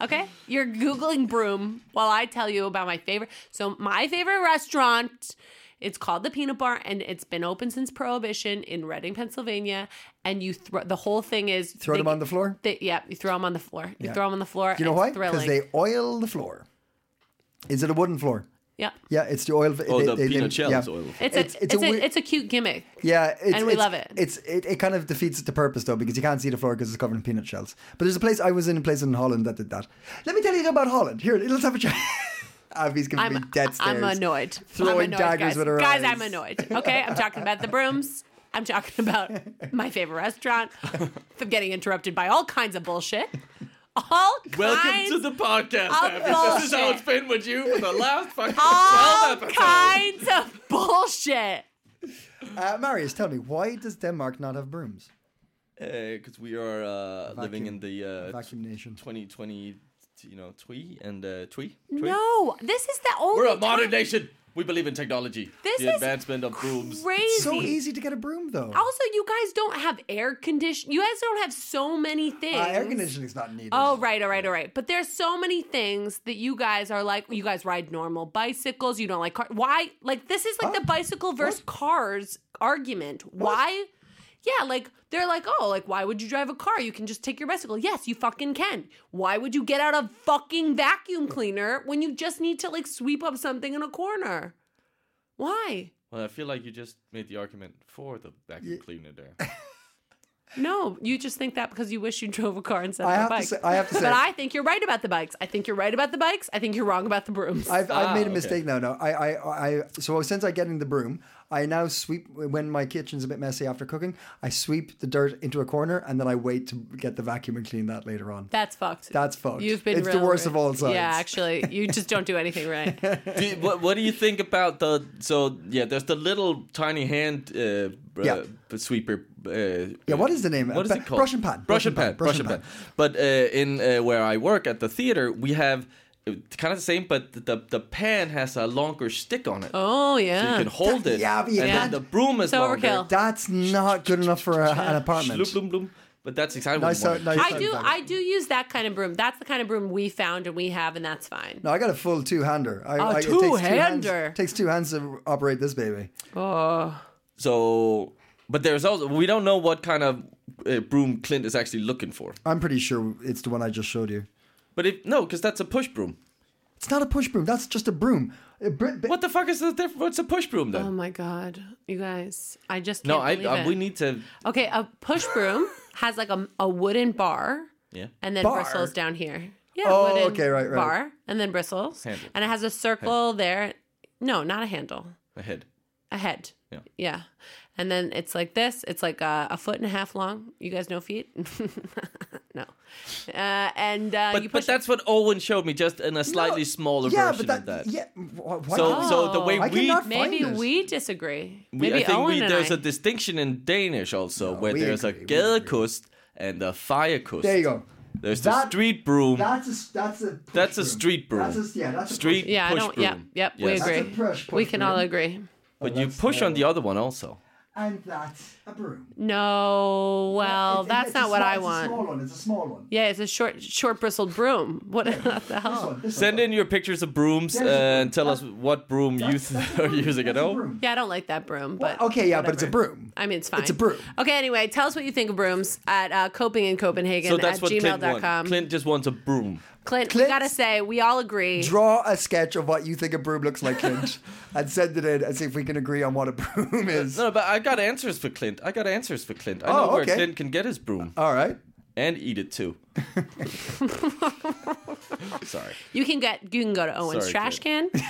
S3: okay? You're Googling broom while I tell you about my favorite. So, my favorite restaurant. It's called the Peanut Bar, and it's been open since Prohibition in Reading, Pennsylvania. And you throw the whole thing is
S1: Throw them on the floor?
S3: They, yeah, you throw them on the floor. You
S1: Yeah.
S3: throw them on the floor.
S1: you know
S3: it's
S1: why? Because
S3: Thrilling.
S1: they oil the floor. Is it a wooden floor?
S3: yeah,
S1: Yeah, it's the oil.
S2: Oh,
S1: they-
S2: the
S1: they- they-
S2: peanut shell
S1: yeah.
S2: is oil.
S3: it's a
S1: It's-
S3: it's,
S1: it's a
S3: a,
S1: weird-
S3: it's a cute gimmick.
S1: Yeah, it's,
S3: And we
S1: it's-
S3: love it.
S1: It's it, it kind of defeats the purpose though because you can't see the floor because it's covered in peanut shells. But there's a place I was in a place in Holland that did that. Let me tell you about Holland. Here, let's have a chat. (laughs) Abby's giving me
S3: I'm,
S1: dead stares.
S3: I'm annoyed.
S1: Throwing
S3: I'm annoyed,
S1: daggers
S3: guys.
S1: with her
S3: Guys,
S1: eyes.
S3: I'm annoyed. Okay, I'm talking about the brooms. I'm talking about
S1: (laughs)
S3: my favorite restaurant. (laughs) I'm getting interrupted by all kinds of bullshit. All
S2: Welcome
S3: kinds,
S2: to the podcast.
S3: of
S2: Abby. This is how
S3: bullshit.
S2: it's been with you for the last fucking
S3: all
S2: twelve episodes.
S3: kinds of bullshit.
S1: Uh, Marius, tell me why does Denmark not have brooms?
S2: Because Eh, we are uh, living in the uh,
S1: Vacuum nation.
S2: 2020, you know, twee and uh, twee. twee?
S3: No, this is the only.
S2: We're a
S3: time-
S2: modern nation. We believe in technology.
S3: This
S2: the
S3: is
S2: advancement of boobs.
S3: Crazy.
S1: So easy to get a broom though.
S3: Also, you guys don't have air condition. You guys don't have so many things.
S1: Uh, air conditioning's not needed.
S3: Oh, right, all right, all right. But there's so many things that you guys are like, you guys ride normal bicycles, you don't like car. Why? Like, this is like the bicycle versus cars argument. Why? Yeah, like, they're like, oh, like, why would you drive a car? You can just take your bicycle. Yes, you fucking can. Why would you get out a fucking vacuum cleaner when you just need to, like, sweep up something in a corner? Why?
S2: Well, I feel like you just made the argument for the vacuum cleaner there.
S3: No, you just think that because you wish you drove a car instead of
S1: I
S3: a
S1: have to
S3: bike.
S1: say- I have to say-
S3: but I think you're right about the bikes. I think you're right about the bikes. I think you're wrong about the brooms.
S1: I've, I've made a
S2: okay.
S1: mistake now. No, I, I, I, so since I get in the broom, I now sweep when my kitchen's a bit messy after cooking. I sweep the dirt into a corner and then I wait to get the vacuum and clean that later on.
S3: That's fucked.
S1: That's fucked.
S3: You've been
S1: It's the
S3: real
S1: worst
S3: rude.
S1: of all sides.
S3: Yeah, actually, you just don't do anything
S1: (laughs)
S3: right.
S2: do you- what, what do you think about the so yeah? There's the little tiny hand uh, br-
S1: Yeah.
S2: uh, sweeper. Uh,
S1: Yeah, what is the name?
S2: What is
S1: Uh,
S2: it called?
S1: brush and pan.
S2: Brush and pan. Brush and pan. But uh, in uh, where I work at the theater, we have uh, kind of the same, but the the pan has a longer stick on it.
S3: Oh
S2: So you
S3: yeah.
S2: can hold it.
S1: Yeah, but you
S2: and then
S3: can't-
S2: the broom is
S3: It's
S2: longer.
S3: overkill.
S1: That's not good enough for a, an apartment.
S2: Bloop, bloop, bloop. But that's exactly
S1: Nice,
S2: what
S1: uh,
S2: we
S1: nice
S3: I
S2: wanted.
S3: do. I do use that kind of broom. That's the kind of broom we found and we have, and that's fine.
S1: No, I got a full two-hander. I,
S3: Oh,
S1: I, it takes Two
S3: two-hander.
S1: hands, takes two hands to operate this baby.
S2: So, but there's also we don't know what kind of uh, broom Clint is actually looking for.
S1: I'm pretty sure it's the one I just showed you.
S2: But if no, because that's a push broom.
S1: It's not a push broom. That's just a broom. A br- br-
S2: What the fuck is the difference? What's a push broom then?
S3: Oh my god, you guys! I just
S2: no,
S3: can't
S2: I,
S3: believe
S2: I
S3: it.
S2: we need to.
S3: Okay, a push broom has like a, a wooden bar.
S2: Yeah.
S3: And then
S1: Bar?
S3: bristles down here. Yeah.
S1: Oh,
S3: wooden
S1: okay, right, right.
S3: Bar and then bristles.
S2: Handle.
S3: And it has a circle there. No, not a handle.
S2: Ahead.
S3: A head.
S2: Yeah.
S3: Yeah. And then it's like this. It's like uh, a, a foot and a half long. You guys know feet? (laughs) no. Uh, and uh, you
S2: But,
S3: push
S2: but that's what Owen showed me, just in a slightly smaller
S1: yeah,
S2: version
S1: but that,
S2: of that.
S1: yeah. wh- Why
S2: So
S1: can't we-
S2: so the way
S1: I
S2: we,
S1: cannot find
S3: Maybe
S1: this.
S3: we disagree.
S2: we
S3: Maybe
S2: I think
S3: Owen
S2: we,
S3: and
S2: there's
S3: I.
S2: a distinction in Danish also where
S1: we
S2: there's
S1: agree,
S2: a
S1: we agree.
S2: gelkost and a firekust.
S1: There you go.
S2: There's the
S1: That-
S2: street broom.
S1: That's a that's a push
S2: That's a
S1: broom.
S2: street broom.
S1: That's a, yeah, that's a
S2: Street-
S3: yeah, I
S2: push
S3: don't. Yeah,
S2: broom.
S3: yep,
S2: Yes.
S3: we
S2: That's
S3: agree.
S1: a push- push
S3: we can all
S1: broom.
S3: agree.
S2: but you
S1: Oh, that's
S2: push on
S1: terrible.
S2: the other one also.
S1: Push, and that's a broom.
S3: No, well,
S1: It- it-
S3: that's
S1: it's a
S3: not what
S1: small-
S3: I want.
S1: It's a small one. It's a small one.
S3: Yeah, it's a short, short bristled broom. (laughs) What, what the
S1: This
S3: hell?
S1: one. This
S2: Send
S1: one.
S2: in your pictures of brooms
S1: There's a
S2: uh, and
S1: broom.
S2: tell us
S1: That's-
S2: what broom you
S1: That's- that's
S2: (laughs) th-
S1: a
S2: are
S1: broom.
S2: using at
S1: That's a
S2: home.
S1: broom.
S3: Yeah, I don't like that broom. But
S1: okay, yeah, but it's a
S3: whatever.
S1: broom.
S3: I mean, it's fine.
S1: a broom.
S3: Okay, anyway, tell us what you think of brooms at uh, coping in Copenhagen
S2: So that's
S3: at
S2: what Clint
S3: gmail.com.
S2: wants. Clint just wants a broom.
S3: Clint,
S1: Clint-
S3: we gotta say, we all agree.
S1: Draw a sketch of what you think a broom looks like,
S3: (laughs)
S1: Clint, and send it in and see if we can agree on what a broom is.
S2: No, but I got answers for Clint. I got answers for Clint. I
S1: Oh,
S2: know where
S1: okay.
S2: Clint can get his broom
S1: All right.
S2: and eat it
S3: (laughs)
S2: too. Sorry,
S3: you can get, you can go to Owen's
S2: Sorry,
S3: trash can.
S1: (laughs)
S2: you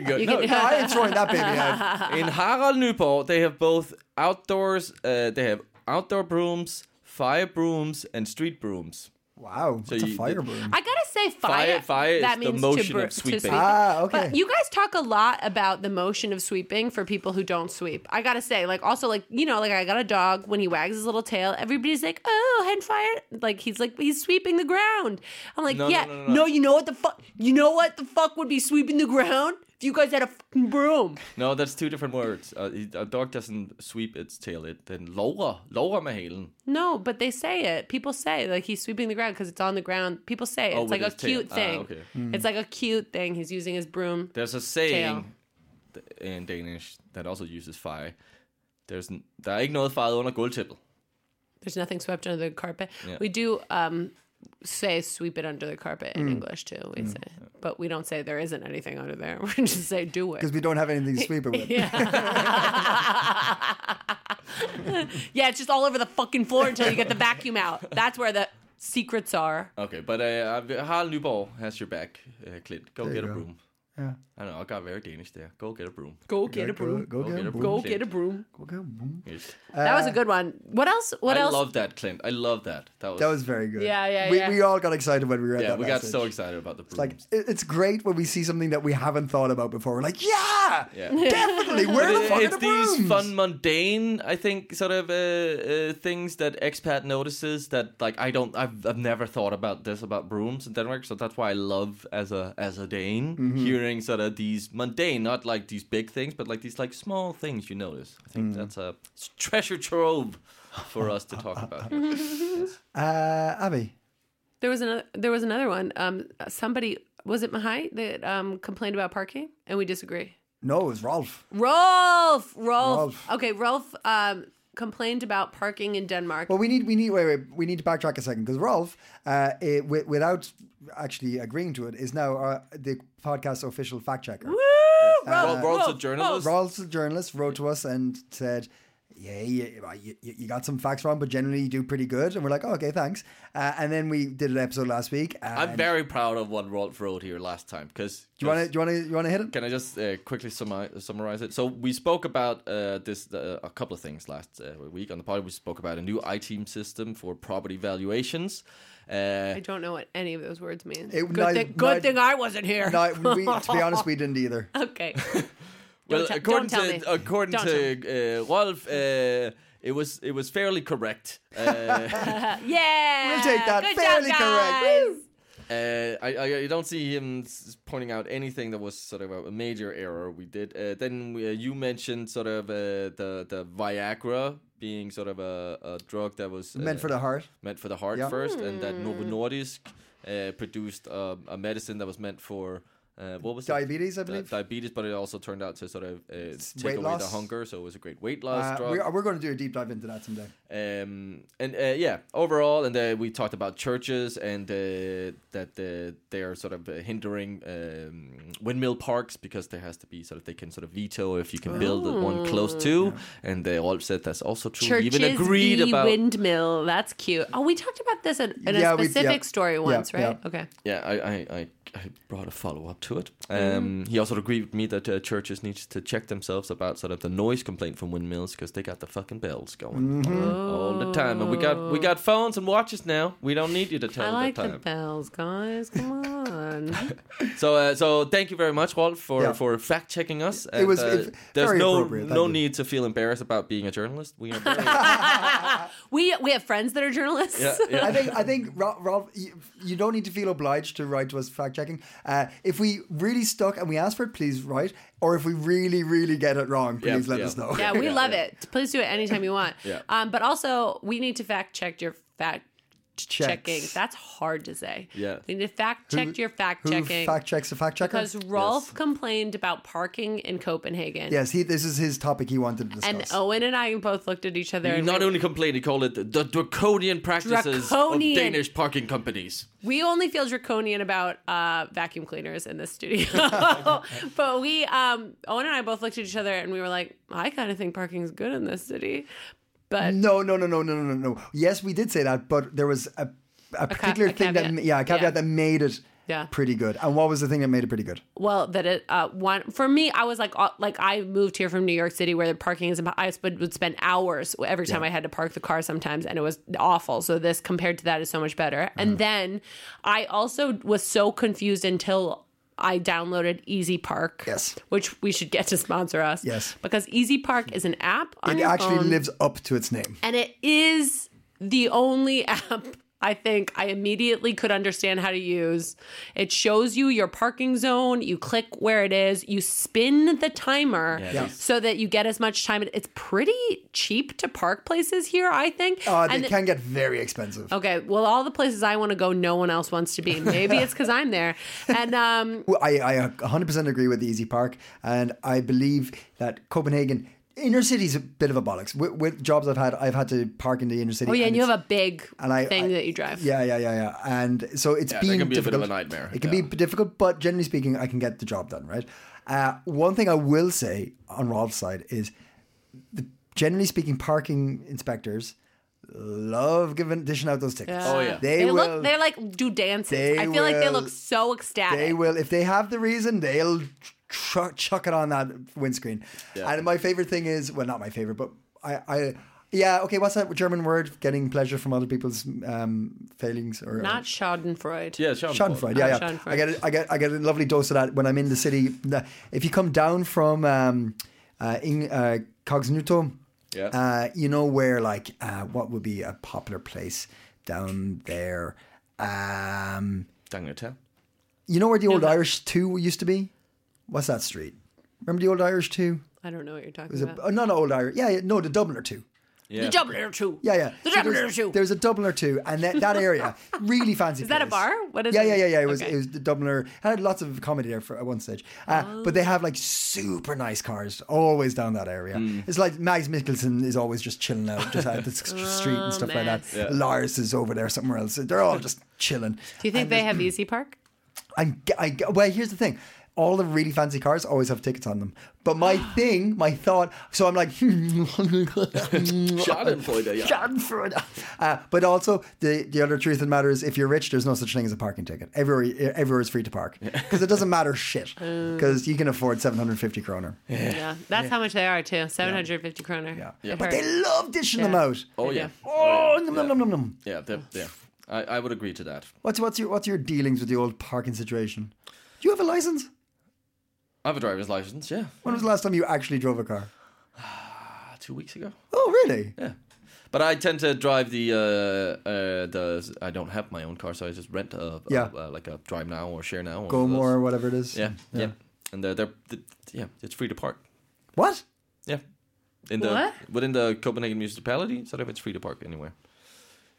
S2: can go.
S3: You
S2: no,
S3: can-
S1: I ain't throwing that baby
S3: (laughs)
S1: out.
S2: in Harald Nyborg, they have both outdoors. Uh, they have outdoor brooms, fire brooms, and street brooms.
S1: Wow, it's a
S2: you-
S1: fire broom.
S3: I gotta say, fire.
S2: Fire- fire
S3: that
S2: is the
S3: means to
S2: motion
S3: br-
S2: of sweeping.
S3: To
S1: Ah, okay.
S3: But you guys talk a lot about the motion of sweeping for people who don't sweep. I gotta say, like, also, like, you know, like I got a dog. When he wags his little tail, everybody's like, "Oh, hen fire!" Like he's like he's sweeping the ground. I'm like,
S2: No, no,
S3: yeah,
S2: no, no, no.
S3: you know what the fuck? You know what the fuck would be sweeping the ground if you guys had a fucking broom?
S2: No, that's two different words. Uh, he- a dog doesn't sweep its tail. It then lower, lower med halen.
S3: No, but they say it. People say like he's sweeping the ground because it's on the ground. People say it.
S2: Oh,
S3: it's
S2: with
S3: like a
S2: his tail.
S3: cute
S2: Ah,
S3: thing.
S2: okay.
S3: It's like a cute thing. He's using his broom.
S2: There's a saying th- in Danish that also uses fire. There's n- der er ikke noget fejet under gulvtæppet.
S3: There's nothing swept under the carpet.
S2: Yeah.
S3: We do um, say sweep it under the carpet in English too. We say, but we don't say there isn't anything under there. (laughs) We just say do
S1: Because
S3: it.
S1: we don't have anything
S3: (laughs)
S1: to sweep it with.
S3: Yeah, it's just all over the fucking floor until you get the vacuum
S2: (laughs)
S3: out. That's where the secrets are.
S2: Okay, but uh, uh, Harald Nyborg has your back, uh, Clint. Go get a
S1: you go.
S2: broom. Yeah. I know, I got very Danish there. Go get a broom.
S3: Go get a broom.
S1: Go, get a broom.
S3: Go Uh, get a broom.
S1: Go get a broom.
S2: Yes.
S3: that was a good one. What else? What
S2: I
S3: else?
S2: love that, Clint. I love that. That was,
S1: That was very good.
S3: Yeah, yeah,
S1: we,
S3: yeah.
S1: We all got excited when we read
S2: yeah,
S1: that.
S2: we got
S1: message.
S2: so excited about the brooms.
S1: Like it- it's great when we see something that we haven't thought about before. We're like, yeah, (laughs) definitely. Where the
S2: It-
S1: fuck
S2: it's
S1: are the brooms?
S2: these fun mundane i think sort of uh, uh, things that expat notices that like i don't
S1: Mm-hmm.
S2: I've, I've never thought about this about brooms in denmark so that's why i love as a as a dane hearing hearing sort of these mundane, not like these big things, but like these like small things you notice. I
S1: Mm.
S2: think that's a s- treasure trove for us to talk about.
S3: (laughs)
S2: Here.
S1: Uh, Abby.
S3: There was another. There was another one. Um, somebody was it Mahai that um complained about parking, and we disagree.
S1: No, it was Rolf.
S3: Rolf, Rolf.
S1: Rolf.
S3: Okay, Rolf um complained about parking in Denmark.
S1: Well, we need we need wait wait we need to backtrack a second because Rolf, uh, eh, wi- without actually agreeing to it, is now uh, the podcast's official fact checker.
S3: Woo!
S2: Well,
S3: Rolf,
S2: Rolf's a
S3: Rolf,
S2: journalist.
S1: Rolf's a journalist, wrote to us and said, yeah, you, well, you, you you got some facts wrong, but generally you do pretty good. And we're like, oh, okay, thanks. Uh, and then we did an episode last week. And
S2: I'm very proud of what Rolf wrote here last time because
S1: Do you want to do you want to you want to hit it?
S2: Can I just uh, quickly summi- summarize it? So we spoke about uh, this uh, a couple of things last uh, week on the pod. We spoke about a new iTeam system for property valuations. Uh,
S3: I don't know what any of those words mean.
S1: It-
S3: good
S1: neither-
S3: thing, good
S1: neither-
S3: thing I wasn't here.
S1: (laughs) No, we,
S3: (laughs)
S1: to be honest, we didn't either.
S3: okay.
S2: (laughs) well,
S3: te-
S2: according
S3: don't tell
S2: to
S3: me.
S2: according
S3: Don't
S2: to uh, Rolf, uh, it was it was fairly correct.
S3: (laughs)
S2: Uh,
S3: yeah.
S1: We'll take that.
S3: Good
S1: Fairly
S3: job,
S1: correct.
S3: guys.
S1: Woo!
S2: Uh, I, I I don't see him s- pointing out anything that was sort of a major error we did. Uh, then we, uh, you mentioned sort of uh, the the Viagra being sort of a, a drug that was uh,
S1: Meant for the heart.
S2: meant for the heart
S1: Yeah.
S2: first, and that Novo Nordisk uh, produced um, a medicine that was meant for. Uh, what was it?
S1: Diabetes, I
S2: Di-
S1: believe.
S2: diabetes, but it also turned out to sort of uh, take
S1: weight
S2: away the
S1: loss.
S2: hunger, so it was a great weight loss
S1: Uh,
S2: drug.
S1: we, we're going to do a deep dive into that someday.
S2: Um, and uh, yeah, overall, and uh, we talked about churches and uh, that uh, they are sort of uh, hindering um, windmill parks because there has to be sort of they can sort of veto if you can build one close
S1: Oh.
S2: to. And uh, Rolf said that's also true. We
S3: Churches
S2: even agreed
S3: v.
S2: about.
S3: windmill. That's cute. Oh, we talked about this in, in
S1: Yeah,
S3: a
S1: we- yeah.
S3: specific story once,
S1: yeah.
S3: right? Okay.
S2: yeah, I, I, I, I brought a follow up to it.
S1: Mm-hmm.
S2: Um, He also agreed with me that uh, churches need to check themselves about sort of the noise complaint from windmills because they got the fucking bells going
S1: Mm-hmm.
S2: all the time. And we got we got phones and watches now. We don't need you to tell
S3: Oh. I like
S2: the time.
S3: the bells, guys.
S2: (laughs)
S3: Come on.
S2: So, uh, so thank you very much, Walt, for,
S1: Yeah.
S2: for fact checking us.
S1: It was,
S2: And, uh,
S1: it-
S2: there's
S1: very
S2: no
S1: appropriate, thank
S2: no
S1: you.
S2: need to feel embarrassed about being a journalist. We are
S3: (laughs)
S2: very,
S3: we we have friends that are journalists.
S2: yeah, yeah.
S1: I think I think Rob, Rob you, you don't need to feel obliged to write to us fact checking. Uh, if we really stuck and we ask for it, please write. Or if we really really get it wrong,
S2: Yeah,
S1: please let
S2: yeah.
S1: us know.
S3: (laughs) Yeah, we love it. Please do it anytime you want.
S2: Yeah.
S3: Um, but also, we need to fact check your fact checking.
S1: Checks.
S3: That's hard to say.
S2: Yeah.
S3: We need to fact check your fact
S1: Who
S3: checking.
S1: fact checks the fact checker?
S3: because Rolf complained about parking in Copenhagen.
S1: yes, he. This is his topic he wanted to discuss.
S3: And oh- Owen and I both looked at each other.
S2: You
S3: and
S2: not
S3: we,
S2: only complain, they call it the draconian practices
S3: Draconian.
S2: of Danish parking companies.
S3: we only feel draconian about uh, vacuum cleaners in this studio, (laughs) but we um, Owen and I both looked at each other and we were like, I kind of think parking's good in this city, but
S1: No, no, no, no, no, no, no. Yes, we did say that, but there was a, a particular
S3: a
S1: thing that
S3: caveat.
S1: yeah, a caveat
S3: Yeah.
S1: that made it
S3: Yeah.
S1: pretty good. And what was the thing that made it pretty good?
S3: Well, that it uh one for me, I was like uh, like I moved here from New York City where the parking is. impo- I would, would spend hours every time I had to park the car sometimes, and it was awful. So this compared to that is so much better.
S1: Mm-hmm.
S3: And then I also was so confused until. I downloaded Easy Park.
S1: Yes.
S3: Which we should get to sponsor us.
S1: Yes.
S3: Because Easy Park is an app on
S1: It
S3: your
S1: actually
S3: phone
S1: lives up to its name.
S3: and it is the only (laughs) app I think I immediately could understand how to use. It shows you your parking zone, you click where it is, you spin the timer
S1: Yeah.
S3: so that you get as much time. It's pretty cheap to park places here, I think.
S1: Uh, they
S3: And
S1: can get very expensive.
S3: Okay, well, all the places I want to go, no one else wants to be. Maybe it's because I'm there. And um,
S1: Well, I, I 100% agree with Easy Park, and I believe that Copenhagen inner city is a bit of a bollocks. With, with jobs I've had, I've had to park in the inner city.
S3: oh yeah, and you
S1: it's-
S3: have a big
S1: and I-
S3: thing
S1: I-
S3: that you drive.
S1: Yeah, yeah, yeah, yeah. And so it's
S2: that
S1: been
S2: can be a bit
S1: difficult.
S2: of a nightmare,
S1: It can
S2: yeah.
S1: be difficult, but generally speaking, I can get the job done, right? Uh, one thing I will say on Rob's side is, the, generally speaking, parking inspectors love giving dishing out those tickets.
S2: Oh, yeah.
S1: they,
S3: They,
S1: will.
S3: look, they like do dances.
S1: they
S3: I feel like they
S1: will-
S3: look so ecstatic.
S1: They will if they have the reason. They'll tr- chuck it on that windscreen. And my favorite thing is well, not my favorite, but I, I yeah okay. What's that German word? Getting pleasure from other people's um, failings or
S3: Not Schadenfreude.
S2: Yeah, Sean.
S1: Schadenfreude. Yeah,
S3: Oh,
S1: yeah.
S3: Schadenfreude.
S1: I get it. I get. I get a lovely dose of that when I'm in the city. The- If you come down from um, uh, in, uh, Cogsnuto,
S2: Yeah.
S1: uh, you know where like uh, what would be a popular place down there. Um,
S2: Dang it, huh?
S1: you know where the old Irish two used to be. What's that street? Remember the old Irish two?
S3: I don't know what you're talking
S1: There's a,
S3: about.
S1: oh, not old Irish. Yeah, yeah, no, the Dubliner two.
S2: Yeah.
S3: The Dubliner Two.
S1: Yeah, yeah.
S3: The
S1: So
S3: Dubliner
S1: there's,
S3: Two.
S1: There's a Dubliner two, and that, that
S3: (laughs)
S1: area really fancy.
S3: Is that a
S1: place.
S3: bar? What is
S1: yeah,
S3: it?
S1: yeah, yeah, yeah. It was
S3: Okay.
S1: it was the Dubliner. I had lots of comedy there for at one stage, uh, but
S3: Oh.
S1: they have like super nice cars always down that area. It's like Mags Mikkelsen is always just chilling out just out the
S3: (laughs)
S1: s- street and stuff like that.
S3: Mads.
S1: Lars is over there somewhere else. They're all just chilling.
S3: Do you think they have Easy Park?
S1: I'm, g- I, g- well, here's the thing. All the really fancy cars always have tickets on them. But
S2: (gasps)
S1: my thing, my thought, so I'm like,
S2: (laughs) Schadenfreude, yeah.
S1: Schadenfreude. Uh, but also, the, the other truth of the matter is, if you're rich, there's no such thing as a parking ticket. Everywhere, everywhere is free to park. Because it doesn't matter
S2: (laughs)
S1: shit. Because you can afford 750 kroner. (laughs) Yeah.
S3: Yeah, that's how much they are too. Seven hundred fifty kroner. It
S1: But they
S3: hurts.
S1: love dishing them
S3: Yeah.
S1: out.
S2: Oh yeah.
S1: Oh,
S2: yeah.
S1: nom, nom, nom, nom, nom.
S2: Yeah, they're- yeah. I, I would agree to that.
S1: What's, what's, your, what's your dealings with the old parking situation? Do you have a license?
S2: I have a driver's license. Yeah,
S1: When was the last time you actually drove a car?
S2: Ah, two weeks ago.
S1: Oh, really?
S2: Yeah, but I tend to drive the uh, uh, the. I don't have my own car, so I just rent a, a-
S1: Yeah.
S2: uh, like a drive now or share now. or
S1: Go
S2: one of
S1: more or
S2: those.
S1: whatever it is.
S2: Yeah, yeah, and they're, they're th- yeah, it's free to park.
S1: What?
S2: Yeah, in the
S3: What?
S2: within the Copenhagen municipality, sort of it's free to park anywhere.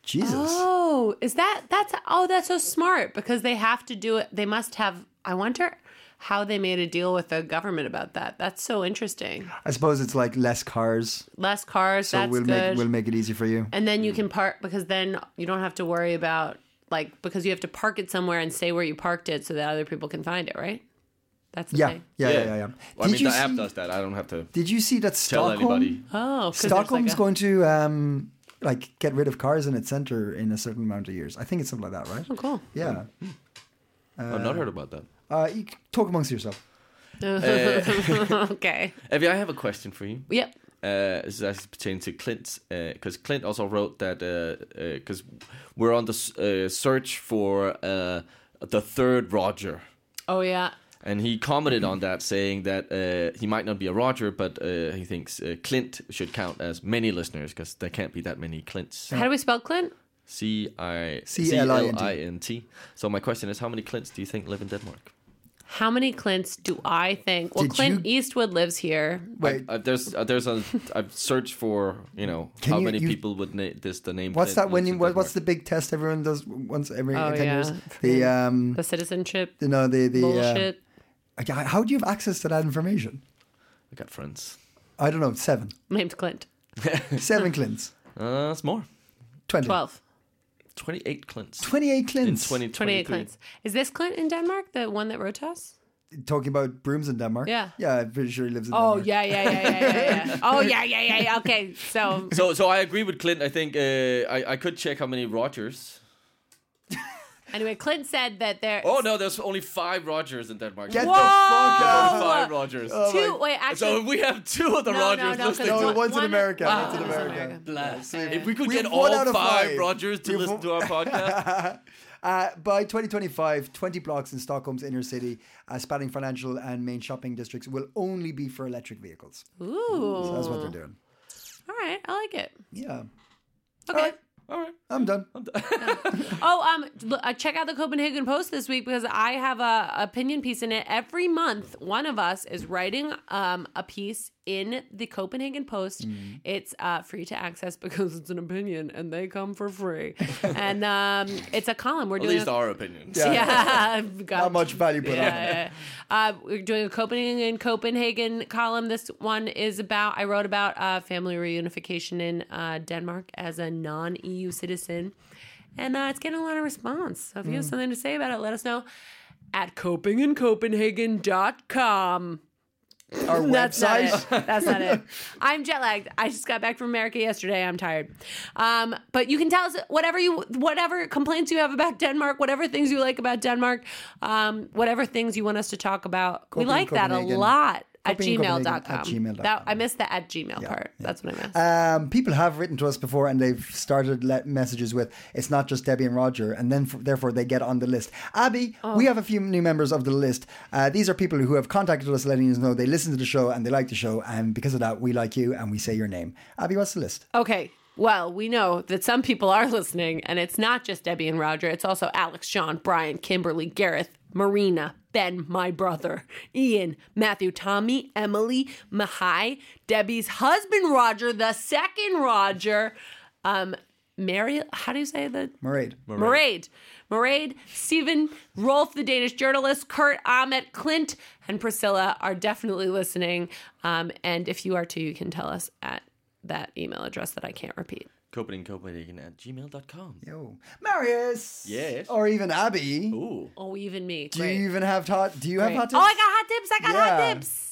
S1: Jesus.
S3: Oh, is that that's oh that's so smart because they have to do it. They must have. I wonder how they made a deal with the government about that. That's so interesting.
S1: I suppose it's like less cars,
S3: Less cars.
S1: so
S3: that's
S1: we'll
S3: good.
S1: make Mm. we'll make it easy for you.
S3: and then you can park because then you don't have to worry about like because you have to park it somewhere and say where you parked it so that other people can find it. Right. That's the
S1: Yeah,
S3: thing.
S1: yeah, yeah, yeah. yeah,
S2: Well, I mean,
S1: you
S2: the app
S1: see,
S2: does that. I don't have to
S1: Did you see that
S2: tell
S1: Stockholm?
S2: anybody.
S3: Oh, 'cause there's, like,
S1: Stockholm's
S3: a-
S1: going to um, like get rid of cars in its center in a certain amount of years. I think it's something like that, right?
S3: Oh, cool.
S1: Yeah.
S2: I've not heard about that.
S1: Uh, you c- talk amongst yourself.
S3: (laughs) okay.
S2: Evie, I have a question for you.
S3: Yep.
S2: uh, this is actually pertaining to Clint because Clint also wrote that because we're on the s- uh, search for uh, the third Roger,
S3: Oh yeah.
S2: and he commented on that saying that uh, he might not be a Roger, but uh, he thinks uh, Clint should count as many listeners because there can't be that many Clints.
S3: How do we spell Clint?
S2: C I C L
S1: C-L-I-N-T.
S2: I N T. So my question is, how many Clints do you think live in Denmark?
S3: How many Clints do I think? Well,
S1: Did
S3: Clint
S1: you-
S3: Eastwood lives here.
S1: Wait,
S2: Uh, there's uh, there's a I've searched for you know
S1: Can
S2: how
S1: you-
S2: many
S1: you-
S2: people would na- this the name.
S1: what's
S2: Clint
S1: that? When
S2: lives
S1: you,
S2: in
S1: what, what's
S2: Denmark.
S1: the big test everyone does once every
S3: Oh,
S1: ten years?
S3: yeah. (laughs)
S1: The um,
S3: The citizenship
S1: you know, the the uh,
S3: bullshit.
S1: I- how do you have access to that information?
S2: I got friends. (laughs)
S1: I don't know. Seven,
S3: Named Clint. (laughs)
S1: seven Clints,
S2: Uh, it's more.
S1: twenty.
S3: Twelve.
S2: 28 Clints.
S1: 28
S2: In
S1: Clints.
S2: 2023.
S3: 28 Clints. Is this Clint in Denmark, the one that wrote to us?
S1: talking about brooms in Denmark.
S3: Yeah.
S1: Yeah, I'm pretty sure he lives in
S3: Oh,
S1: Denmark.
S3: yeah, yeah, yeah, yeah, yeah, yeah. (laughs) Oh, yeah, yeah, yeah, yeah. Okay, so
S2: So, so I agree with Clint. I think uh, I, I could check how many Rogers.
S3: anyway, Clint said that there.
S2: Oh, no, there's only five Rogers in Denmark.
S1: Get
S2: There's
S1: the fuck out.
S2: only five Rogers.
S3: Two, wait, actually.
S2: so if we have two of the
S3: No, no,
S2: Rogers
S3: no, 'cause
S2: listening
S1: No,
S3: One-
S2: to
S1: one's in
S3: one-
S1: America.
S3: Ah,
S1: one's in
S3: one's in
S1: America.
S3: America.
S2: us, if we could
S1: We've
S2: get all
S1: one out
S2: five,
S1: of five.
S2: Rogers to
S1: We've
S2: listen
S1: one- (laughs)
S2: to our podcast,
S1: Uh, by 2025, 20 blocks in Stockholm's inner city, uh, spanning financial and main shopping districts, will only be for electric vehicles.
S3: Ooh.
S1: That's what they're doing.
S3: All right, I like it.
S1: Yeah.
S3: Okay.
S1: I'm done.
S3: Oh, um, look, uh, check out the Copenhagen Post this week because I have a opinion piece in it. Every month, one of us is writing um a piece in the Copenhagen Post. It's uh free to access because it's an opinion and they come for free. and um, it's a column. We're
S2: at
S3: doing
S2: least
S3: a-
S2: our opinions.
S1: Yeah.
S3: (laughs) yeah, got
S1: Not much value put on it.
S3: yeah, yeah. Uh, we're doing a Copenhagen Copenhagen column. This one is about I wrote about uh, family reunification in uh, Denmark as a non-EU citizen, and uh, it's getting a lot of response. So if you have something to say about it, let us know at copingincopenhagen.com.
S1: Our
S3: (laughs) That's not
S1: website.
S3: it. That's
S1: (laughs)
S3: not it. I'm jet lagged. I just got back from America yesterday. I'm tired. Um, but you can tell us whatever you, whatever complaints you have about Denmark, whatever things you like about Denmark, um, whatever things you want us to talk about. we
S1: Coping
S3: like that a
S1: Copenhagen.
S3: lot at
S1: Coping Copenhagen
S3: gmail.com.
S1: at gmail dot
S3: That,
S1: com.
S3: I missed the at gmail part. That's what I meant.
S1: Um, people have written to us before and they've started let messages with it's not just Debbie and Roger, and then f- therefore they get on the list. Abby,
S3: Oh.
S1: we have a few new members of the list. Uh, these are people who have contacted us, letting us know they listen to the show and they like the show, and because of that, we like you and we say your name. Abby, what's the list?
S3: Okay. Well, we know that some people are listening, and it's not just Debbie and Roger. It's also Alex, Sean, Brian, Kimberly, Gareth, Marina, Ben, my brother, Ian, Matthew, Tommy, Emily, Mahai, Debbie's husband, Roger, the second Roger, um, Mary, how do you say the
S1: Mairead.
S3: Maraid. Maraid, Stephen, Rolf, the Danish journalist, Kurt, Ahmet, Clint, and Priscilla are definitely listening. Um, and if you are too, you can tell us at that email address that I can't repeat.
S2: Copenhagen, Copenhagen at gmail.com.
S1: Yo. Oh. Marius.
S2: Yes.
S1: Or even Abby.
S2: Ooh.
S3: Oh, even me.
S1: Do
S3: Great.
S1: you even have hot? Do you
S3: Great.
S1: have hot tips?
S3: Oh, I got hot tips. I got
S1: Yeah.
S3: hot tips.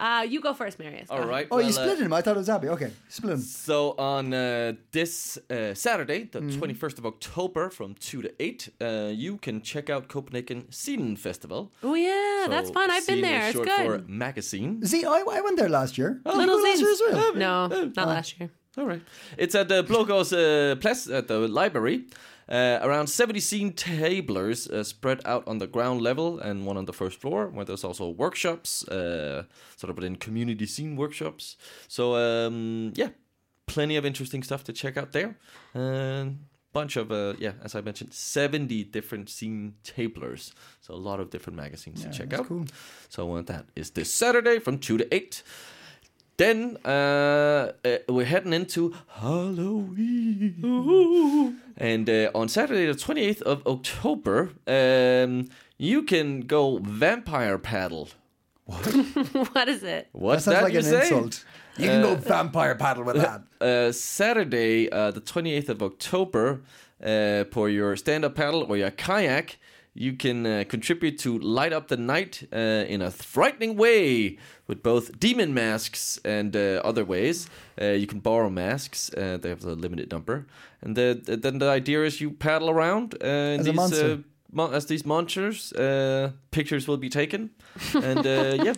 S3: Uh, you go first, Marius. Go
S2: All
S3: ahead.
S2: right.
S1: Oh, you
S2: well, uh,
S1: split him. I thought it was Abby. Okay, split him.
S2: So on uh, this uh, Saturday, the
S3: Mm-hmm.
S2: twenty first of October, from two to eight, uh, you can check out Copenhagen Scene Festival.
S3: Oh, yeah. that's
S2: So
S3: fun. I've been
S2: Scene
S3: there. It's
S2: Is short
S3: good.
S2: for magazine.
S1: See, I, I went there last year. Did you
S2: Oh,
S3: Little
S1: go last year as
S3: Zines.
S1: well?
S3: No, not last year. (laughs)
S2: All right. It's at the Blågårds uh, Plads at the library. Uh, around 70 scene tablers uh, spread out on the ground level and one on the first floor, where there's also workshops, uh, sort of within community scene workshops. So, um, yeah, plenty of interesting stuff to check out there. And bunch of, uh, yeah, as I mentioned, 70 different scene tablers. So, a lot of different magazines to check out.
S1: cool.
S2: So, uh, that is this Saturday from 2 to 8. Then uh, uh, we're heading into Halloween. And uh, on Saturday, the 28th of October, um, you can go vampire paddle.
S3: what is it?
S1: That
S2: What's
S1: sounds
S2: that,
S1: like
S2: you
S1: an
S2: say?
S1: insult. You can go vampire paddle with that.
S2: Uh, Saturday, uh, the 28th of October, uh, for your stand up paddle or your kayak, you can uh, contribute to light up the night uh, in a frightening way with both demon masks and uh, other ways. Uh, you can borrow masks, uh, they have a limited number. And the, the- then the idea is you paddle around. Uh, and
S1: As a monster.
S2: Uh, mon- as these monsters, uh, pictures will be
S1: (laughs)
S2: taken, and uh, yeah,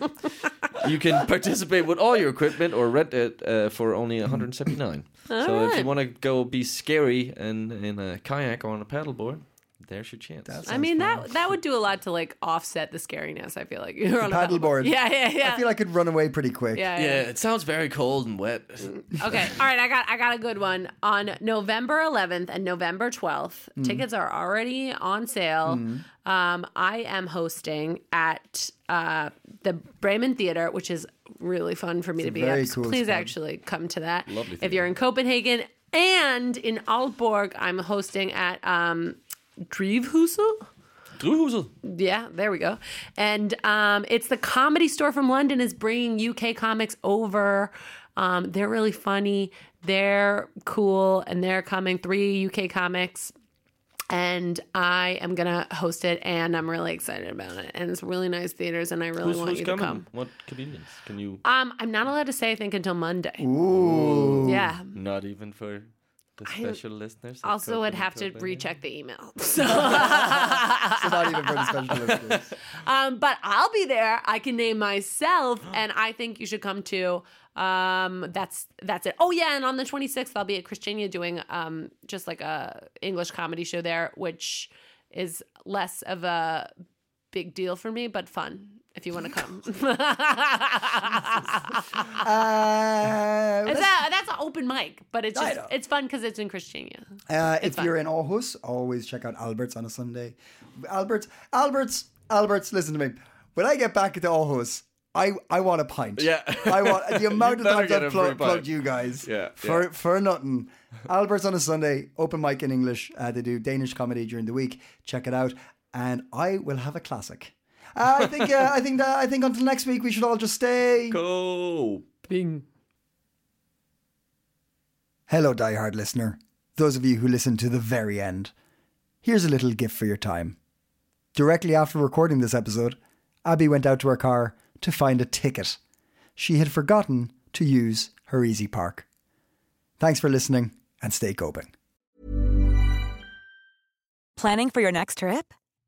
S2: you can participate with all your equipment or rent it uh, for only 179. so if you
S3: right.
S2: want to go be scary and in a kayak or on a paddleboard, there's your chance.
S1: That's-
S3: I mean that that would do a lot to like offset the scariness. I feel like (laughs) you're on a
S1: paddleboard.
S3: Yeah, yeah, yeah.
S1: I feel like I'd run away pretty quick.
S3: yeah, yeah.
S2: yeah, it sounds very cold and wet.
S3: Okay. All right. I got I got a good one on November 11th and November 12th.
S1: Mm.
S3: Tickets are already on sale. Um, I am hosting at uh, the Bremen Theater, which is really fun for me to be
S1: very
S3: at.
S1: cool
S3: Please
S1: spot.
S3: actually come to that.
S2: Lovely
S3: If you're in Copenhagen and in Aalborg, I'm hosting at um, Drivhuset.
S2: Druhusel.
S3: Yeah, there we go. And um, it's the comedy store from London is bringing UK comics over. Um, they're really funny. They're cool, and they're coming. Three UK comics, and I am gonna host it, and I'm really excited about it. And it's really nice theaters, and I really
S2: Who's,
S3: want
S2: who's
S3: you
S2: coming?
S3: to come.
S2: What convenience? Can you?
S3: Um, I'm not allowed to say I think until Monday.
S1: Ooh.
S3: Yeah.
S2: Not even for the special listeners. at
S3: Also, would
S2: Copenhagen,
S3: have to
S2: Copenhagen?
S3: recheck the email. (laughs) So.
S1: So not even for the
S3: (laughs)
S1: special listeners.
S3: Um, but I'll be there. I can name myself, and I think you should come too. Um, that's that's it. Oh yeah, and on the 26th, I'll be at Christiania doing um just like a English comedy show there, which is less of a big deal for me, but fun. If you want to come, (laughs) is
S1: Uh, let's-
S3: that, that's an open mic, but it's just
S1: know.
S3: it's fun because it's in Christiania.
S1: Uh, if you're in Aarhus, always check out Albert's on a Sunday. Albert's, Albert's, Albert's, listen to me. When I get back to Aarhus, I, I want a pint.
S2: Yeah.
S1: I want
S2: (laughs)
S1: the amount of
S2: better
S1: times
S2: get
S1: I've
S2: a free
S1: plug, plugged
S2: pint.
S1: you guys.
S2: Yeah,
S1: For,
S2: yeah.
S1: for nothing. Albert's on a Sunday, open mic in English. Uh, they do Danish comedy during the week. Check it out. And I will have a classic. Uh, I think uh, I think that I think until next week we should all just stay.
S2: Go.
S1: Hello, diehard listener. Those of you who listened to the very end, here's a little gift for your time. Directly after recording this episode, Abby went out to her car to find a ticket. She had forgotten to use her Easy Park. Thanks for listening and stay coping.
S5: Planning for your next trip?